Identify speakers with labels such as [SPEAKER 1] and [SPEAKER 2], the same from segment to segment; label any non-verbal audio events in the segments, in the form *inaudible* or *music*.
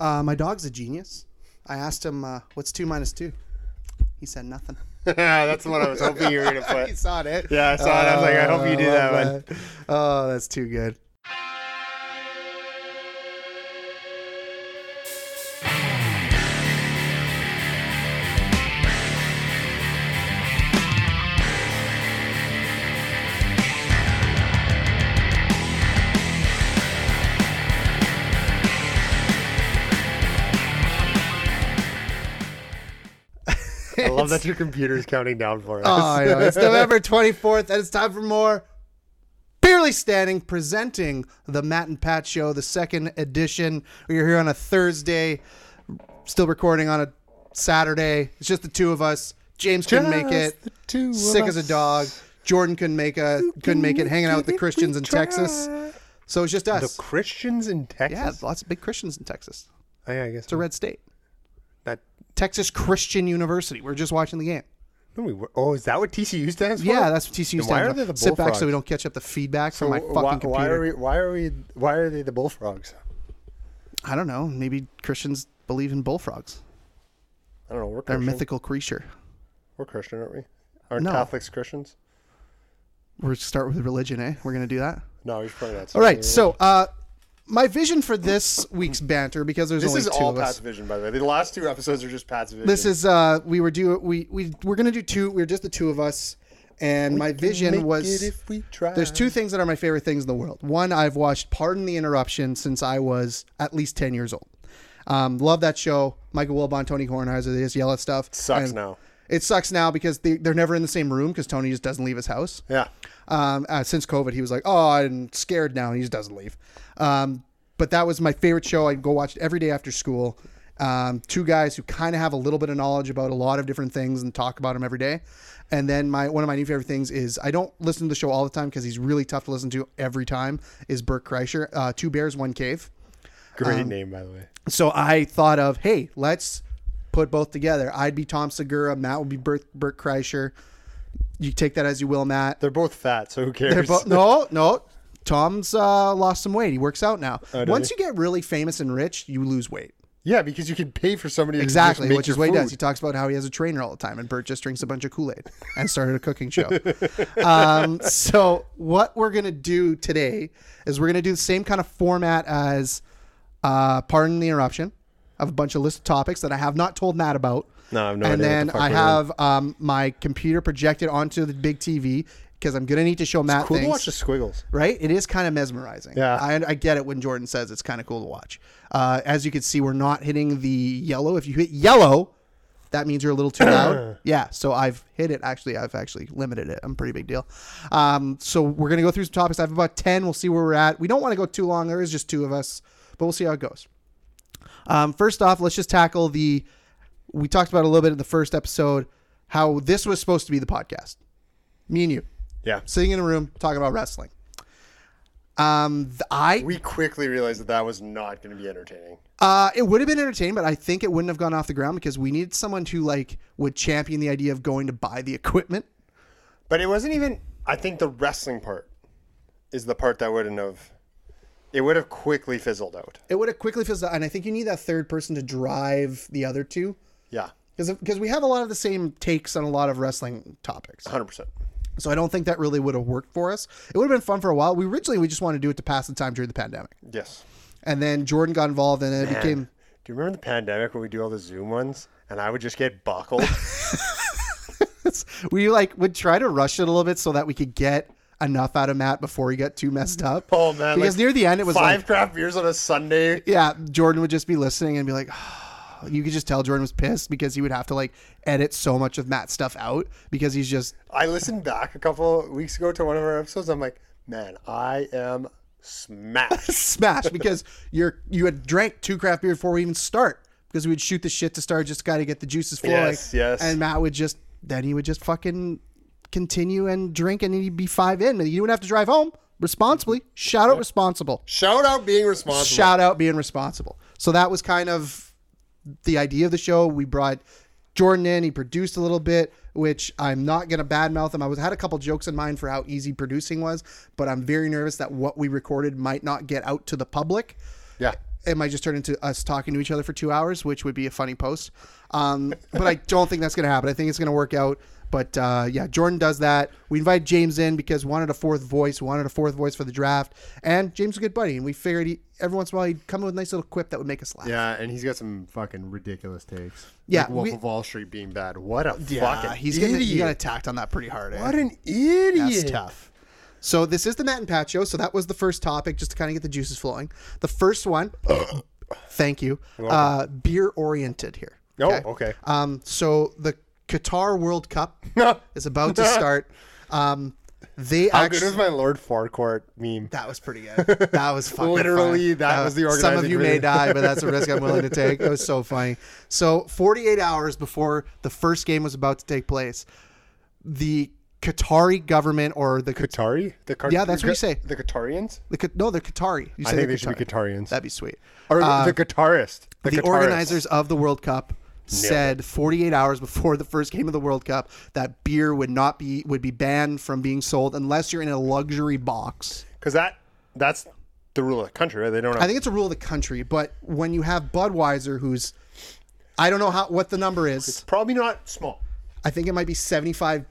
[SPEAKER 1] Uh, my dog's a genius. I asked him, uh, "What's two minus two? He said nothing.
[SPEAKER 2] *laughs* That's the one I was hoping you were gonna
[SPEAKER 1] he
[SPEAKER 2] put.
[SPEAKER 1] saw *laughs* it.
[SPEAKER 2] Yeah, I saw it. I was like, I hope you do
[SPEAKER 1] Oh,
[SPEAKER 2] that
[SPEAKER 1] I
[SPEAKER 2] one.
[SPEAKER 1] love Oh, that's too good.
[SPEAKER 2] I
[SPEAKER 1] *laughs*
[SPEAKER 2] love that your computer's counting down for us.
[SPEAKER 1] Oh, I know. It's November 24th, and it's time for more. Barely Standing presenting the Matt and Pat Show, the second edition. We're here on a Thursday, still recording on a Saturday. It's just the two of us. James couldn't make
[SPEAKER 2] Just
[SPEAKER 1] it.
[SPEAKER 2] the two of
[SPEAKER 1] Sick as a
[SPEAKER 2] us.
[SPEAKER 1] dog. Jordan couldn't make a couldn't make it. Hanging out with the
[SPEAKER 2] If we
[SPEAKER 1] Christians in
[SPEAKER 2] try.
[SPEAKER 1] Texas, so it's just
[SPEAKER 2] *laughs* The
[SPEAKER 1] us.
[SPEAKER 2] Christians in
[SPEAKER 1] yeah,
[SPEAKER 2] Texas.
[SPEAKER 1] lots of big Christians in Texas.
[SPEAKER 2] Oh, yeah, I guess
[SPEAKER 1] It's a red state.
[SPEAKER 2] that.
[SPEAKER 1] Texas Christian University. We're just watching the game.
[SPEAKER 2] No, we were, oh, is that what TCU stands for?
[SPEAKER 1] Yeah, that's what TCU
[SPEAKER 2] Then
[SPEAKER 1] stands
[SPEAKER 2] why are
[SPEAKER 1] for.
[SPEAKER 2] they the
[SPEAKER 1] Sit back
[SPEAKER 2] Bullfrogs?
[SPEAKER 1] so we don't catch up the feedback
[SPEAKER 2] So
[SPEAKER 1] from my
[SPEAKER 2] wh-
[SPEAKER 1] fucking computer.
[SPEAKER 2] why, Why are we? Why are we? Why are they the bullfrogs?
[SPEAKER 1] I don't know. Maybe Christians believe in bullfrogs.
[SPEAKER 2] I don't know. We're
[SPEAKER 1] They're a
[SPEAKER 2] Christian.
[SPEAKER 1] mythical creature.
[SPEAKER 2] We're Christian, aren't we? Aren't
[SPEAKER 1] No.
[SPEAKER 2] Catholics Christians?
[SPEAKER 1] We're gonna start with religion, eh? We're gonna do that.
[SPEAKER 2] No, he's probably not.
[SPEAKER 1] All right. So, uh, my vision for this week's banter, because there's
[SPEAKER 2] this
[SPEAKER 1] only
[SPEAKER 2] is
[SPEAKER 1] two
[SPEAKER 2] all
[SPEAKER 1] of
[SPEAKER 2] Pat's
[SPEAKER 1] us.
[SPEAKER 2] vision, by the way. The last two episodes are just Pat's vision.
[SPEAKER 1] This is uh, we were do we we we're gonna do two. We are just the two of us, and my vision was.
[SPEAKER 2] we try.
[SPEAKER 1] There's two things that are my favorite things in the world. One, I've watched Pardon the Interruption since I was at least 10 years old. Um, love that show. Michael Wilbon, Tony Kornheiser, they just yell at stuff.
[SPEAKER 2] Sucks
[SPEAKER 1] And
[SPEAKER 2] now.
[SPEAKER 1] It sucks now because they, they're never in the same room because Tony just doesn't leave his house.
[SPEAKER 2] Yeah.
[SPEAKER 1] Um, uh, since COVID, he was like, oh, I'm scared now. And he just doesn't leave. Um, but that was my favorite show. I'd go watch it every day after school. Um, two guys who kind of have a little bit of knowledge about a lot of different things and talk about them every day. And then my one of my new favorite things is I don't listen to the show all the time because he's really tough to listen to every time. Is Burt Kreischer, uh, Two Bears, One Cave.
[SPEAKER 2] Great
[SPEAKER 1] Um,
[SPEAKER 2] name, by the way.
[SPEAKER 1] So I thought of, hey, let's put both together. I'd be Tom Segura, Matt would be Burt, Burt Kreischer. You take that as you will, Matt.
[SPEAKER 2] They're both fat, so who
[SPEAKER 1] They're
[SPEAKER 2] cares?
[SPEAKER 1] bo- no, no. Tom's uh, lost some weight. He works out now.
[SPEAKER 2] Oh, does
[SPEAKER 1] Once
[SPEAKER 2] he?
[SPEAKER 1] you get really famous and rich, you lose weight.
[SPEAKER 2] yeah, because you can pay for somebody to just
[SPEAKER 1] Exactly,
[SPEAKER 2] make
[SPEAKER 1] which is
[SPEAKER 2] your
[SPEAKER 1] what he
[SPEAKER 2] food.
[SPEAKER 1] does. He talks about how he has a trainer all the time, and Bert just drinks a bunch of Kool Aid and started a cooking
[SPEAKER 2] *laughs*
[SPEAKER 1] show. um, so, what we're going to do today is we're going to do the same kind of format as uh, Pardon the Interruption. I have a bunch of list of topics that I have not told Matt about.
[SPEAKER 2] No, I have no
[SPEAKER 1] And
[SPEAKER 2] idea what
[SPEAKER 1] then
[SPEAKER 2] the fuck
[SPEAKER 1] I
[SPEAKER 2] we're doing.
[SPEAKER 1] have um, my computer projected onto the big TV because I'm going to need to show Matt
[SPEAKER 2] Cool to
[SPEAKER 1] things
[SPEAKER 2] watch the squiggles.
[SPEAKER 1] right? It is kind of mesmerizing.
[SPEAKER 2] Yeah.
[SPEAKER 1] I, I get it when Jordan says it's kind of cool to watch. Uh, as you can see, we're not hitting the yellow. If you hit yellow, that means you're a little too loud. Yeah, so I've hit it. Actually, I've actually limited it. I'm a pretty big deal. Um, so we're gonna go through some topics. I have about ten. We'll see where we're at. We don't want to go too long. There is just two of us, but we'll see how it goes. Um, first off, let's just tackle the. We talked about a little bit in the first episode how this was supposed to be the podcast. Me and you
[SPEAKER 2] Yeah.
[SPEAKER 1] sitting in a room talking about wrestling. Um, th- I
[SPEAKER 2] We quickly realized that that was not going to be entertaining.
[SPEAKER 1] uh, it would have been entertaining, but I think it wouldn't have gone off the ground because we needed someone who like would champion the idea of going to buy the equipment.
[SPEAKER 2] But it wasn't even. I think the wrestling part is the part that wouldn't have. It would have quickly fizzled out.
[SPEAKER 1] It would have quickly fizzled, out, and I think you need that third person to drive the other two
[SPEAKER 2] Yeah,
[SPEAKER 1] because because we have a lot of the same takes on a lot of wrestling topics.
[SPEAKER 2] hundred percent.
[SPEAKER 1] So I don't think that really would have worked for us. It would have been fun for a while. We originally we just wanted to do it to pass the time during the pandemic,
[SPEAKER 2] Yes.
[SPEAKER 1] and then Jordan got involved, and it became.
[SPEAKER 2] Do you remember the pandemic when we do all the Zoom ones, and I would just get buckled?
[SPEAKER 1] we like would try to rush it a little bit so that we could get enough out of Matt before he got too messed up.
[SPEAKER 2] oh man!
[SPEAKER 1] because
[SPEAKER 2] like
[SPEAKER 1] near the end *laughs* it was
[SPEAKER 2] five
[SPEAKER 1] like,
[SPEAKER 2] craft beers on a Sunday.
[SPEAKER 1] yeah, Jordan would just be listening and be like. *sighs* You could just tell Jordan was pissed because he would have to like edit so much of Matt's stuff out because he's just
[SPEAKER 2] I listened back a couple weeks ago to one of our episodes. I'm like, man, I am smashed.
[SPEAKER 1] smashed because *laughs* you're you had drank two craft beer before we even start because we would shoot the shit to start just got to get the juices flowing.
[SPEAKER 2] Yes, yes.
[SPEAKER 1] And Matt would just then he would just fucking continue and drink and he'd be five in and you wouldn't have to drive home responsibly. Shout out responsible.
[SPEAKER 2] Shout out being responsible.
[SPEAKER 1] shout out being responsible. So that was kind of the idea of the show. We brought Jordan in. He produced a little bit, which I'm not gonna badmouth him. I was had a couple jokes in mind for how easy producing was, but I'm very nervous that what we recorded might not get out to the public.
[SPEAKER 2] yeah.
[SPEAKER 1] it might just turn into us talking to each other for two hours, which would be a funny post. Um, but I don't think that's going to happen. I think it's going to work out. But uh, yeah, Jordan does that. We invite James in because wanted a fourth voice, wanted a fourth voice for the draft, and James is a good buddy, and we figured he, every once in a while he'd come up with a nice little quip that would make us laugh.
[SPEAKER 3] Yeah, and he's got some fucking ridiculous takes.
[SPEAKER 1] Yeah,
[SPEAKER 2] Wolf
[SPEAKER 1] we-
[SPEAKER 2] of Wall Street being bad. What a
[SPEAKER 1] Yeah,
[SPEAKER 2] fucking
[SPEAKER 1] he's
[SPEAKER 2] idiot.
[SPEAKER 1] getting he got attacked on that pretty hard. eh?
[SPEAKER 2] what an idiot.
[SPEAKER 1] That's tough. So this is the Matt and Pat show. So that was the first topic, just to kind of get the juices flowing. The first one, *coughs* thank you, uh, beer oriented here.
[SPEAKER 2] Oh, *laughs* okay.
[SPEAKER 1] Um, so the Qatar World
[SPEAKER 2] *laughs*
[SPEAKER 1] Cup is about to start. Um, they
[SPEAKER 2] How
[SPEAKER 1] actually
[SPEAKER 2] good was my Lord Farquhar meme?
[SPEAKER 1] that was pretty good. That
[SPEAKER 2] *laughs*
[SPEAKER 1] was fucking
[SPEAKER 2] Literally,
[SPEAKER 1] funny.
[SPEAKER 2] that was the
[SPEAKER 1] Some of
[SPEAKER 2] organizing
[SPEAKER 1] you may
[SPEAKER 2] committee.
[SPEAKER 1] die, but that's a risk I'm willing to
[SPEAKER 2] *laughs*
[SPEAKER 1] take. It was so funny. So 48 hours before the first game was about to take place, the Qatari government or the Qatar.
[SPEAKER 2] Qatari? The Car-
[SPEAKER 1] Yeah, that's what you say.
[SPEAKER 2] Qa- The Qatarians?
[SPEAKER 1] The, Q- no, they're Qatari. You
[SPEAKER 2] I
[SPEAKER 1] say
[SPEAKER 2] think
[SPEAKER 1] they're
[SPEAKER 2] they should be Qatarians.
[SPEAKER 1] That'd be sweet.
[SPEAKER 2] or the guitarist. The,
[SPEAKER 1] The
[SPEAKER 2] guitarist.
[SPEAKER 1] organizers of the World Cup said 48 hours before the first game of the World Cup that beer would not be would be banned from being sold unless you're in a luxury box.
[SPEAKER 2] Because that that's the rule of the country, right? They don't have
[SPEAKER 1] I think it's a rule of the country, but when you have Budweiser, who's I don't know how what the number is.
[SPEAKER 2] probably not small.
[SPEAKER 1] I think it might be 75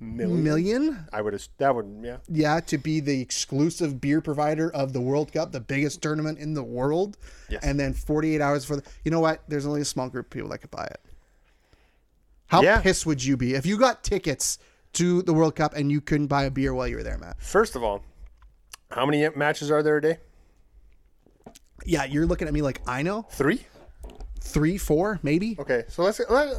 [SPEAKER 2] Million.
[SPEAKER 1] million.
[SPEAKER 2] I would have that would yeah.
[SPEAKER 1] Yeah, to be the exclusive beer provider of the World Cup, the biggest tournament in the world.
[SPEAKER 2] Yes.
[SPEAKER 1] And then 48 hours for the, you know what? There's only a small group of people that could buy it. How
[SPEAKER 2] Yeah.
[SPEAKER 1] pissed would you be if you got tickets to the World Cup and you couldn't buy a beer while you were there, Matt?
[SPEAKER 2] First of all, how many matches are there a day?
[SPEAKER 1] Yeah, you're looking at me like I know
[SPEAKER 2] Three.
[SPEAKER 1] three, four, maybe.
[SPEAKER 2] Okay, so let's let,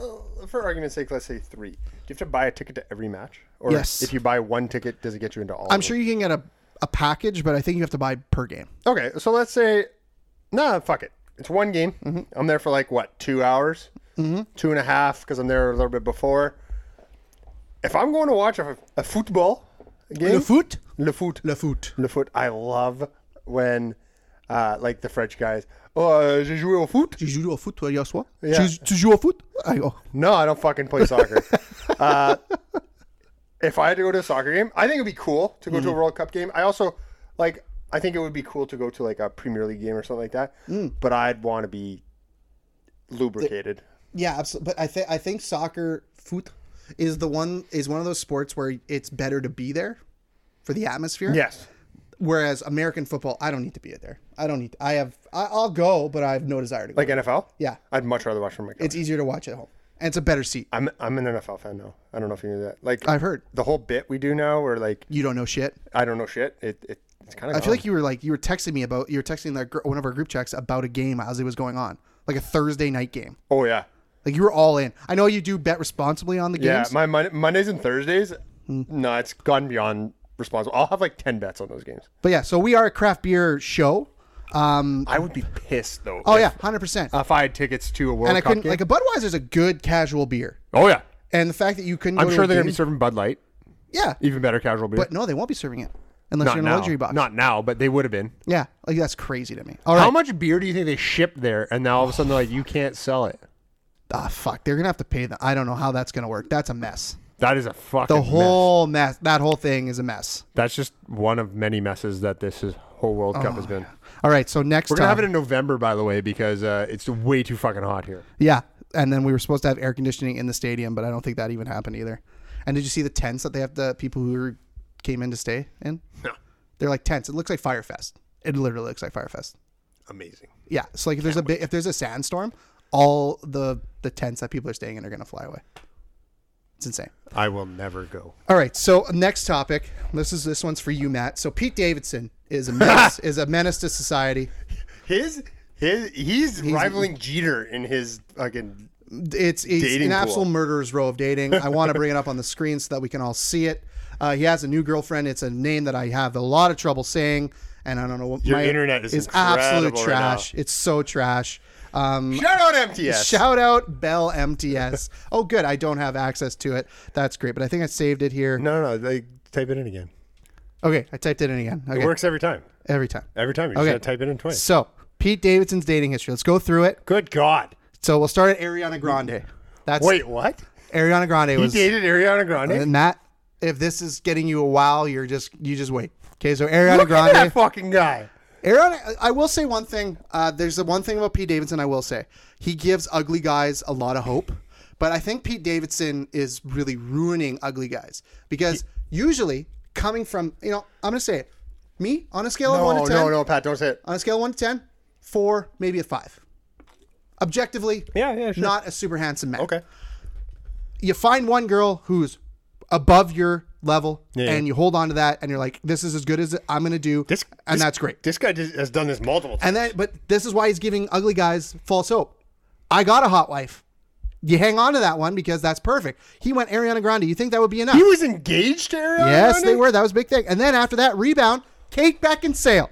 [SPEAKER 2] for argument's sake, let's say three. Do you have to buy a ticket to every match? Or
[SPEAKER 1] Yes.
[SPEAKER 2] If you buy one ticket, does it get you into all?
[SPEAKER 1] I'm
[SPEAKER 2] of
[SPEAKER 1] sure you can get a, a package, but I think you have to buy per game.
[SPEAKER 2] them? Okay, so let's say, nah, fuck it. It's one game.
[SPEAKER 1] Mm-hmm.
[SPEAKER 2] I'm there for like what two hours, Two and a half because I'm there a little bit before. If I'm going to watch a, a football game,
[SPEAKER 1] Le foot,
[SPEAKER 2] Eh? Le foot.
[SPEAKER 1] le foot.
[SPEAKER 2] Le foot. I love when, uh, like the French guys. Oh, uh, j'ai joué au foot.
[SPEAKER 1] Tu joues au foot toi, hier soir?
[SPEAKER 2] Yeah.
[SPEAKER 1] Tu, tu joues au foot? I go.
[SPEAKER 2] No, I don't fucking
[SPEAKER 1] *laughs*
[SPEAKER 2] play soccer. uh, if I had to go to a soccer game, I think it'd be cool to go
[SPEAKER 1] Mm.
[SPEAKER 2] to a World Cup game. I also like. I think it would be cool to go to like a Premier League game or something like that.
[SPEAKER 1] Mm.
[SPEAKER 2] But I'd want to be lubricated.
[SPEAKER 1] Yeah, absolutely. But I think I think soccer foot is the one is one of those sports where it's better to be there for the atmosphere.
[SPEAKER 2] yes.
[SPEAKER 1] Whereas American football, I don't need to be there. I don't need. I have. I, I'll go, but I have no desire to go.
[SPEAKER 2] Like NFL.
[SPEAKER 1] yeah,
[SPEAKER 2] I'd much rather watch from my. couch.
[SPEAKER 1] it's easier to watch at home, and it's a better seat.
[SPEAKER 2] I'm I'm an NFL fan now. I don't know if you knew that. Like
[SPEAKER 1] I've heard.
[SPEAKER 2] the whole bit we do now, where like
[SPEAKER 1] You don't know shit.
[SPEAKER 2] I don't know shit. It, it it's kind of.
[SPEAKER 1] I feel like you were like you were texting me about you were texting that gr- one of our group checks about a game as it was going on, like a Thursday night game.
[SPEAKER 2] Oh yeah.
[SPEAKER 1] Like you were all in. I know you do bet responsibly on the
[SPEAKER 2] Yeah,
[SPEAKER 1] games. Mm.
[SPEAKER 2] my Mon- Mondays and Thursdays, no, it's gone beyond responsible. I'll have like ten bets on those games.
[SPEAKER 1] but yeah, so we are a craft beer show. Um,
[SPEAKER 2] I would be pissed though.
[SPEAKER 1] oh yeah, hundred percent.
[SPEAKER 2] if I had tickets to a World
[SPEAKER 1] and I
[SPEAKER 2] Cup
[SPEAKER 1] couldn't
[SPEAKER 2] game.
[SPEAKER 1] like a Budweiser's a good casual beer,
[SPEAKER 2] oh yeah,
[SPEAKER 1] and the fact that you couldn't.
[SPEAKER 2] I'm
[SPEAKER 1] go
[SPEAKER 2] sure
[SPEAKER 1] to a
[SPEAKER 2] they're gonna be
[SPEAKER 1] game-
[SPEAKER 2] serving Bud Light,
[SPEAKER 1] yeah,
[SPEAKER 2] even better casual beer.
[SPEAKER 1] but no, they won't be serving it unless
[SPEAKER 2] not
[SPEAKER 1] you're in a
[SPEAKER 2] now,
[SPEAKER 1] luxury box.
[SPEAKER 2] not now, but they would have been.
[SPEAKER 1] yeah, like that's crazy to me. All right,
[SPEAKER 3] How much beer do you think they shipped there, and now all of a sudden they're like, you can't sell it?
[SPEAKER 1] ah fuck, they're gonna have to pay them. I don't know how that's gonna work. That's a mess.
[SPEAKER 3] That is a fucking
[SPEAKER 1] The
[SPEAKER 3] mess.
[SPEAKER 1] whole mess. That whole thing is a mess.
[SPEAKER 3] That's just one of many messes that this is, whole World Cup
[SPEAKER 1] Oh,
[SPEAKER 3] has been.
[SPEAKER 1] All right, so next
[SPEAKER 3] We're gonna
[SPEAKER 1] time,
[SPEAKER 3] have it in November, by the way, because uh, it's way too fucking hot here.
[SPEAKER 1] yeah, and then we were supposed to have air conditioning in the stadium, but I don't think that even happened either. And did you see the tents that they have the people who were- came in to stay in?
[SPEAKER 2] *laughs* No.
[SPEAKER 1] They're like tents. It looks like Firefest. It literally looks like Firefest.
[SPEAKER 2] Amazing.
[SPEAKER 1] Yeah. So like if there's a bit if there's a sandstorm, all the the tents that people are staying in are gonna fly away. It's insane.
[SPEAKER 3] I will never go.
[SPEAKER 1] All right. So next topic. This is this one's for you, Matt. So Pete Davidson
[SPEAKER 2] *laughs*
[SPEAKER 1] is a menace is a menace to society.
[SPEAKER 2] His his he's, rivaling Jeter in his fucking.
[SPEAKER 1] It's, it's
[SPEAKER 2] Dating
[SPEAKER 1] an absolute
[SPEAKER 2] pool.
[SPEAKER 1] murderer's row of dating. I want to bring it up on the screen so that we can all see it. Uh, he has a new girlfriend. It's a name that I have a lot of trouble saying, and I don't know what
[SPEAKER 2] Your internet is
[SPEAKER 1] is absolute
[SPEAKER 2] incredible right
[SPEAKER 1] trash. it's so trash. Um,
[SPEAKER 2] Shout out MTS.
[SPEAKER 1] Shout out Bell MTS. *laughs* oh, good. I don't have access to it. That's great. But I think I saved it here.
[SPEAKER 3] No, no, no. They type it in again.
[SPEAKER 1] Okay, I typed it in again. Okay,
[SPEAKER 3] It works every time.
[SPEAKER 1] every time.
[SPEAKER 3] Every time you
[SPEAKER 1] Okay.
[SPEAKER 3] just gotta type it in twice.
[SPEAKER 1] So Pete Davidson's dating history. Let's go through it.
[SPEAKER 3] Good God!
[SPEAKER 1] So we'll start at Ariana Grande. That's
[SPEAKER 3] Wait, what?
[SPEAKER 1] Ariana Grande was
[SPEAKER 3] Dated Ariana Grande.
[SPEAKER 1] and Matt. If this is getting you a wow, you're just you just wait. Okay, so
[SPEAKER 3] *laughs*
[SPEAKER 1] Ariana
[SPEAKER 3] Look at
[SPEAKER 1] Grande.
[SPEAKER 3] that fucking guy.
[SPEAKER 1] Aaron, I- I will say one thing. Uh, there's the one thing about Pete Davidson I will say. He gives ugly guys a lot of hope, but I think Pete Davidson is really ruining ugly guys because usually coming from, you know, I'm going to say it. Me, on a scale of
[SPEAKER 2] No,
[SPEAKER 1] 1 to 10,
[SPEAKER 2] no, no, Pat, don't say it.
[SPEAKER 1] on a scale of 1 to 10, 4, maybe a 5. Objectively,
[SPEAKER 2] Yeah, yeah, sure.
[SPEAKER 1] not a super handsome man.
[SPEAKER 2] Okay.
[SPEAKER 1] you find one girl who's above your level
[SPEAKER 2] Yeah.
[SPEAKER 1] and you hold on to that and you're like this is as good as i'm gonna do
[SPEAKER 2] This-
[SPEAKER 1] and
[SPEAKER 2] this-
[SPEAKER 1] that's great
[SPEAKER 2] This guy just, has done this multiple times.
[SPEAKER 1] and then but this is why he's giving ugly guys false hope i got a hot wife you hang on to that one because that's perfect he went ariana grande you think that would be enough
[SPEAKER 2] He was engaged to Ariana
[SPEAKER 1] yes they
[SPEAKER 2] Grande?
[SPEAKER 1] were that was a big thing and then after that rebound kate beckinsale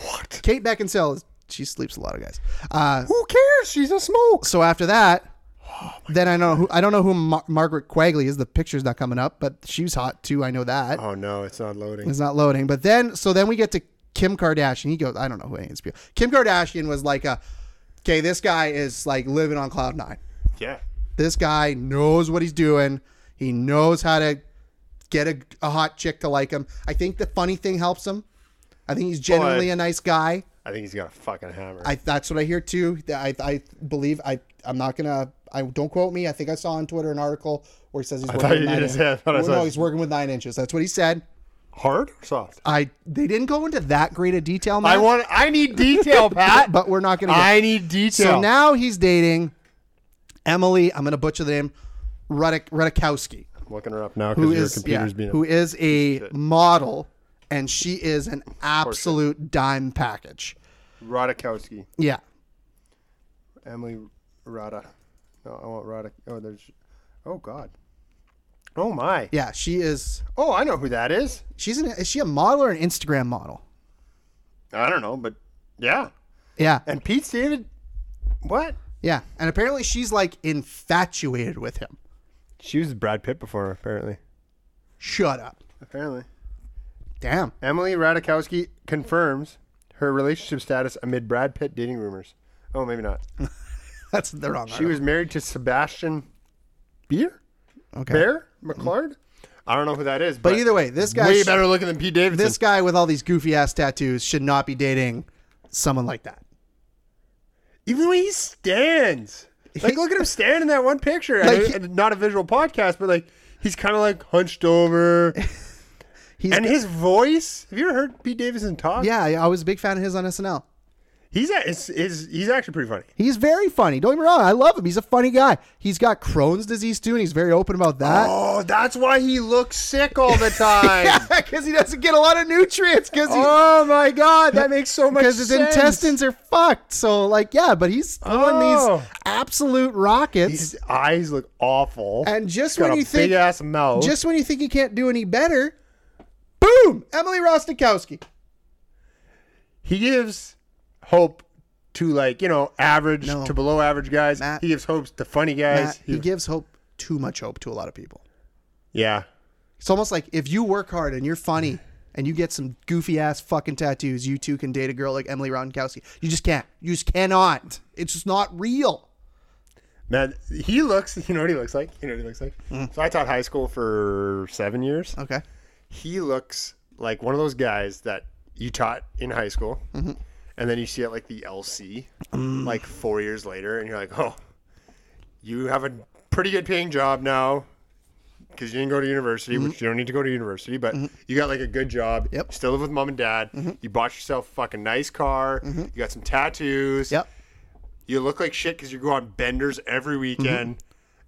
[SPEAKER 2] What?
[SPEAKER 1] kate beckinsale is she sleeps a lot of guys uh
[SPEAKER 2] Who cares? She's a smoke.
[SPEAKER 1] so after that then I know who I don't know who Mar- Margaret Quagley is. The picture's not coming up, but she's hot too. I know that.
[SPEAKER 2] Oh no, it's not
[SPEAKER 1] *laughs*
[SPEAKER 2] loading.
[SPEAKER 1] It's not loading. But then, so then we get to Kim Kardashian. He goes, I don't know who any of these people. Kim Kardashian was like a, okay, this guy is like living on cloud nine.
[SPEAKER 2] Yeah.
[SPEAKER 1] This guy knows what he's doing. He knows how to get a, a hot chick to like him. I think the funny thing helps him. I think he's generally a nice guy.
[SPEAKER 2] I think he's got a fucking hammer.
[SPEAKER 1] I that's what I hear too. That I I believe I I'm not gonna I don't quote me. I think I saw on Twitter an article where he says he's working
[SPEAKER 2] thought
[SPEAKER 1] with
[SPEAKER 2] you
[SPEAKER 1] nine
[SPEAKER 2] just
[SPEAKER 1] inches.
[SPEAKER 2] said- I thought I saw
[SPEAKER 1] no,
[SPEAKER 2] it.
[SPEAKER 1] he's working with nine inches. That's what he said.
[SPEAKER 2] Hard or soft?
[SPEAKER 1] I they didn't go into that great a detail. Man.
[SPEAKER 2] I want. I need detail,
[SPEAKER 1] *laughs*
[SPEAKER 2] Pat.
[SPEAKER 1] but we're not going to.
[SPEAKER 2] I need
[SPEAKER 1] So
[SPEAKER 2] detail.
[SPEAKER 1] now he's dating Emily. I'm going to butcher the name Rudik Rudikowski,
[SPEAKER 2] I'm looking her up now
[SPEAKER 1] who
[SPEAKER 2] because your
[SPEAKER 1] is yeah,
[SPEAKER 2] computer's being.
[SPEAKER 1] who is a model, and she is an absolute dime package.
[SPEAKER 2] Rodakowski,
[SPEAKER 1] Yeah,
[SPEAKER 2] Emily Rada. No, I want Rada. Oh, there's. Oh God. Oh my.
[SPEAKER 1] yeah, she is.
[SPEAKER 2] Oh, I know who that is.
[SPEAKER 1] She's an is she a model or an Instagram model?
[SPEAKER 2] I don't know, but yeah.
[SPEAKER 1] Yeah,
[SPEAKER 2] And Pete's David. What?
[SPEAKER 1] yeah, and apparently she's like infatuated with him.
[SPEAKER 2] She was Brad Pitt before, apparently.
[SPEAKER 1] Shut up.
[SPEAKER 2] Apparently.
[SPEAKER 1] Damn. *laughs*
[SPEAKER 2] Emily Radikowski confirms her relationship status amid Brad Pitt dating rumors. Oh, maybe not.
[SPEAKER 1] That's the wrong
[SPEAKER 2] She
[SPEAKER 1] article.
[SPEAKER 2] was married to Sebastian Beer?
[SPEAKER 1] Okay.
[SPEAKER 2] Bear? McClard? I don't know who that is, Mm-hmm. but,
[SPEAKER 1] But either way, this guy
[SPEAKER 2] way
[SPEAKER 1] sh-
[SPEAKER 2] better looking than Pete Davidson.
[SPEAKER 1] this guy with all these goofy ass tattoos should not be dating someone like that.
[SPEAKER 2] Even the way he stands. Like, look at him stand in that one picture. I
[SPEAKER 1] Like-
[SPEAKER 2] know- and not a visual podcast, but like, he's kind of like hunched over.
[SPEAKER 1] *laughs* He's
[SPEAKER 2] and his voice. Have you ever heard Pete Davidson talk?
[SPEAKER 1] yeah, I was a big fan of his on SNL.
[SPEAKER 2] He's, a, is, is, he's actually pretty funny.
[SPEAKER 1] He's very funny. Don't get me wrong, I love him. He's a funny guy. He's got Crohn's disease too, and he's very open about *laughs* that.
[SPEAKER 2] Oh, that's why he looks sick all
[SPEAKER 1] *laughs*
[SPEAKER 2] the time.
[SPEAKER 1] because he doesn't get a lot of nutrients because
[SPEAKER 2] *laughs* Oh my god, that makes so much sense.
[SPEAKER 1] his intestines are fucked. So like, yeah, but he's throwing
[SPEAKER 2] Oh.
[SPEAKER 1] these absolute rockets.
[SPEAKER 2] His eyes look awful.
[SPEAKER 1] and just
[SPEAKER 2] He's got
[SPEAKER 1] when
[SPEAKER 2] a
[SPEAKER 1] you think,
[SPEAKER 2] big ass mouth.
[SPEAKER 1] just when you think he can't do any better, boom, Emily Rostikowski.
[SPEAKER 2] he gives hope to like, you know, average
[SPEAKER 1] No.
[SPEAKER 2] to below average guys.
[SPEAKER 1] Matt-
[SPEAKER 2] he gives hopes to funny guys.
[SPEAKER 1] Matt,
[SPEAKER 2] He-
[SPEAKER 1] he gives hope too much hope to a lot of people.
[SPEAKER 2] yeah.
[SPEAKER 1] It's almost like if you work hard and you're funny and you get some goofy ass fucking tattoos, you too can date a girl like Emily Ronkowski. You just can't. You just cannot. It's just not real.
[SPEAKER 2] Man, he looks you know what he looks like? You know what he looks like?
[SPEAKER 1] Mm.
[SPEAKER 2] So I taught high school for seven years.
[SPEAKER 1] Okay.
[SPEAKER 2] He looks like one of those guys that you taught in high school
[SPEAKER 1] Mm-hmm.
[SPEAKER 2] and then you see it like the LC
[SPEAKER 1] Mm.
[SPEAKER 2] like four years later and you're like, Oh, you have a pretty good paying job now because you didn't go to university, which you don't need to go to university, but you got like a good job.
[SPEAKER 1] Mm-hmm. Yep. Mm-hmm.
[SPEAKER 2] Still live with mom and dad. You bought yourself a fucking nice car. You got some tattoos.
[SPEAKER 1] Yep.
[SPEAKER 2] You look like shit because you go on benders
[SPEAKER 1] Mm-hmm.
[SPEAKER 2] every weekend.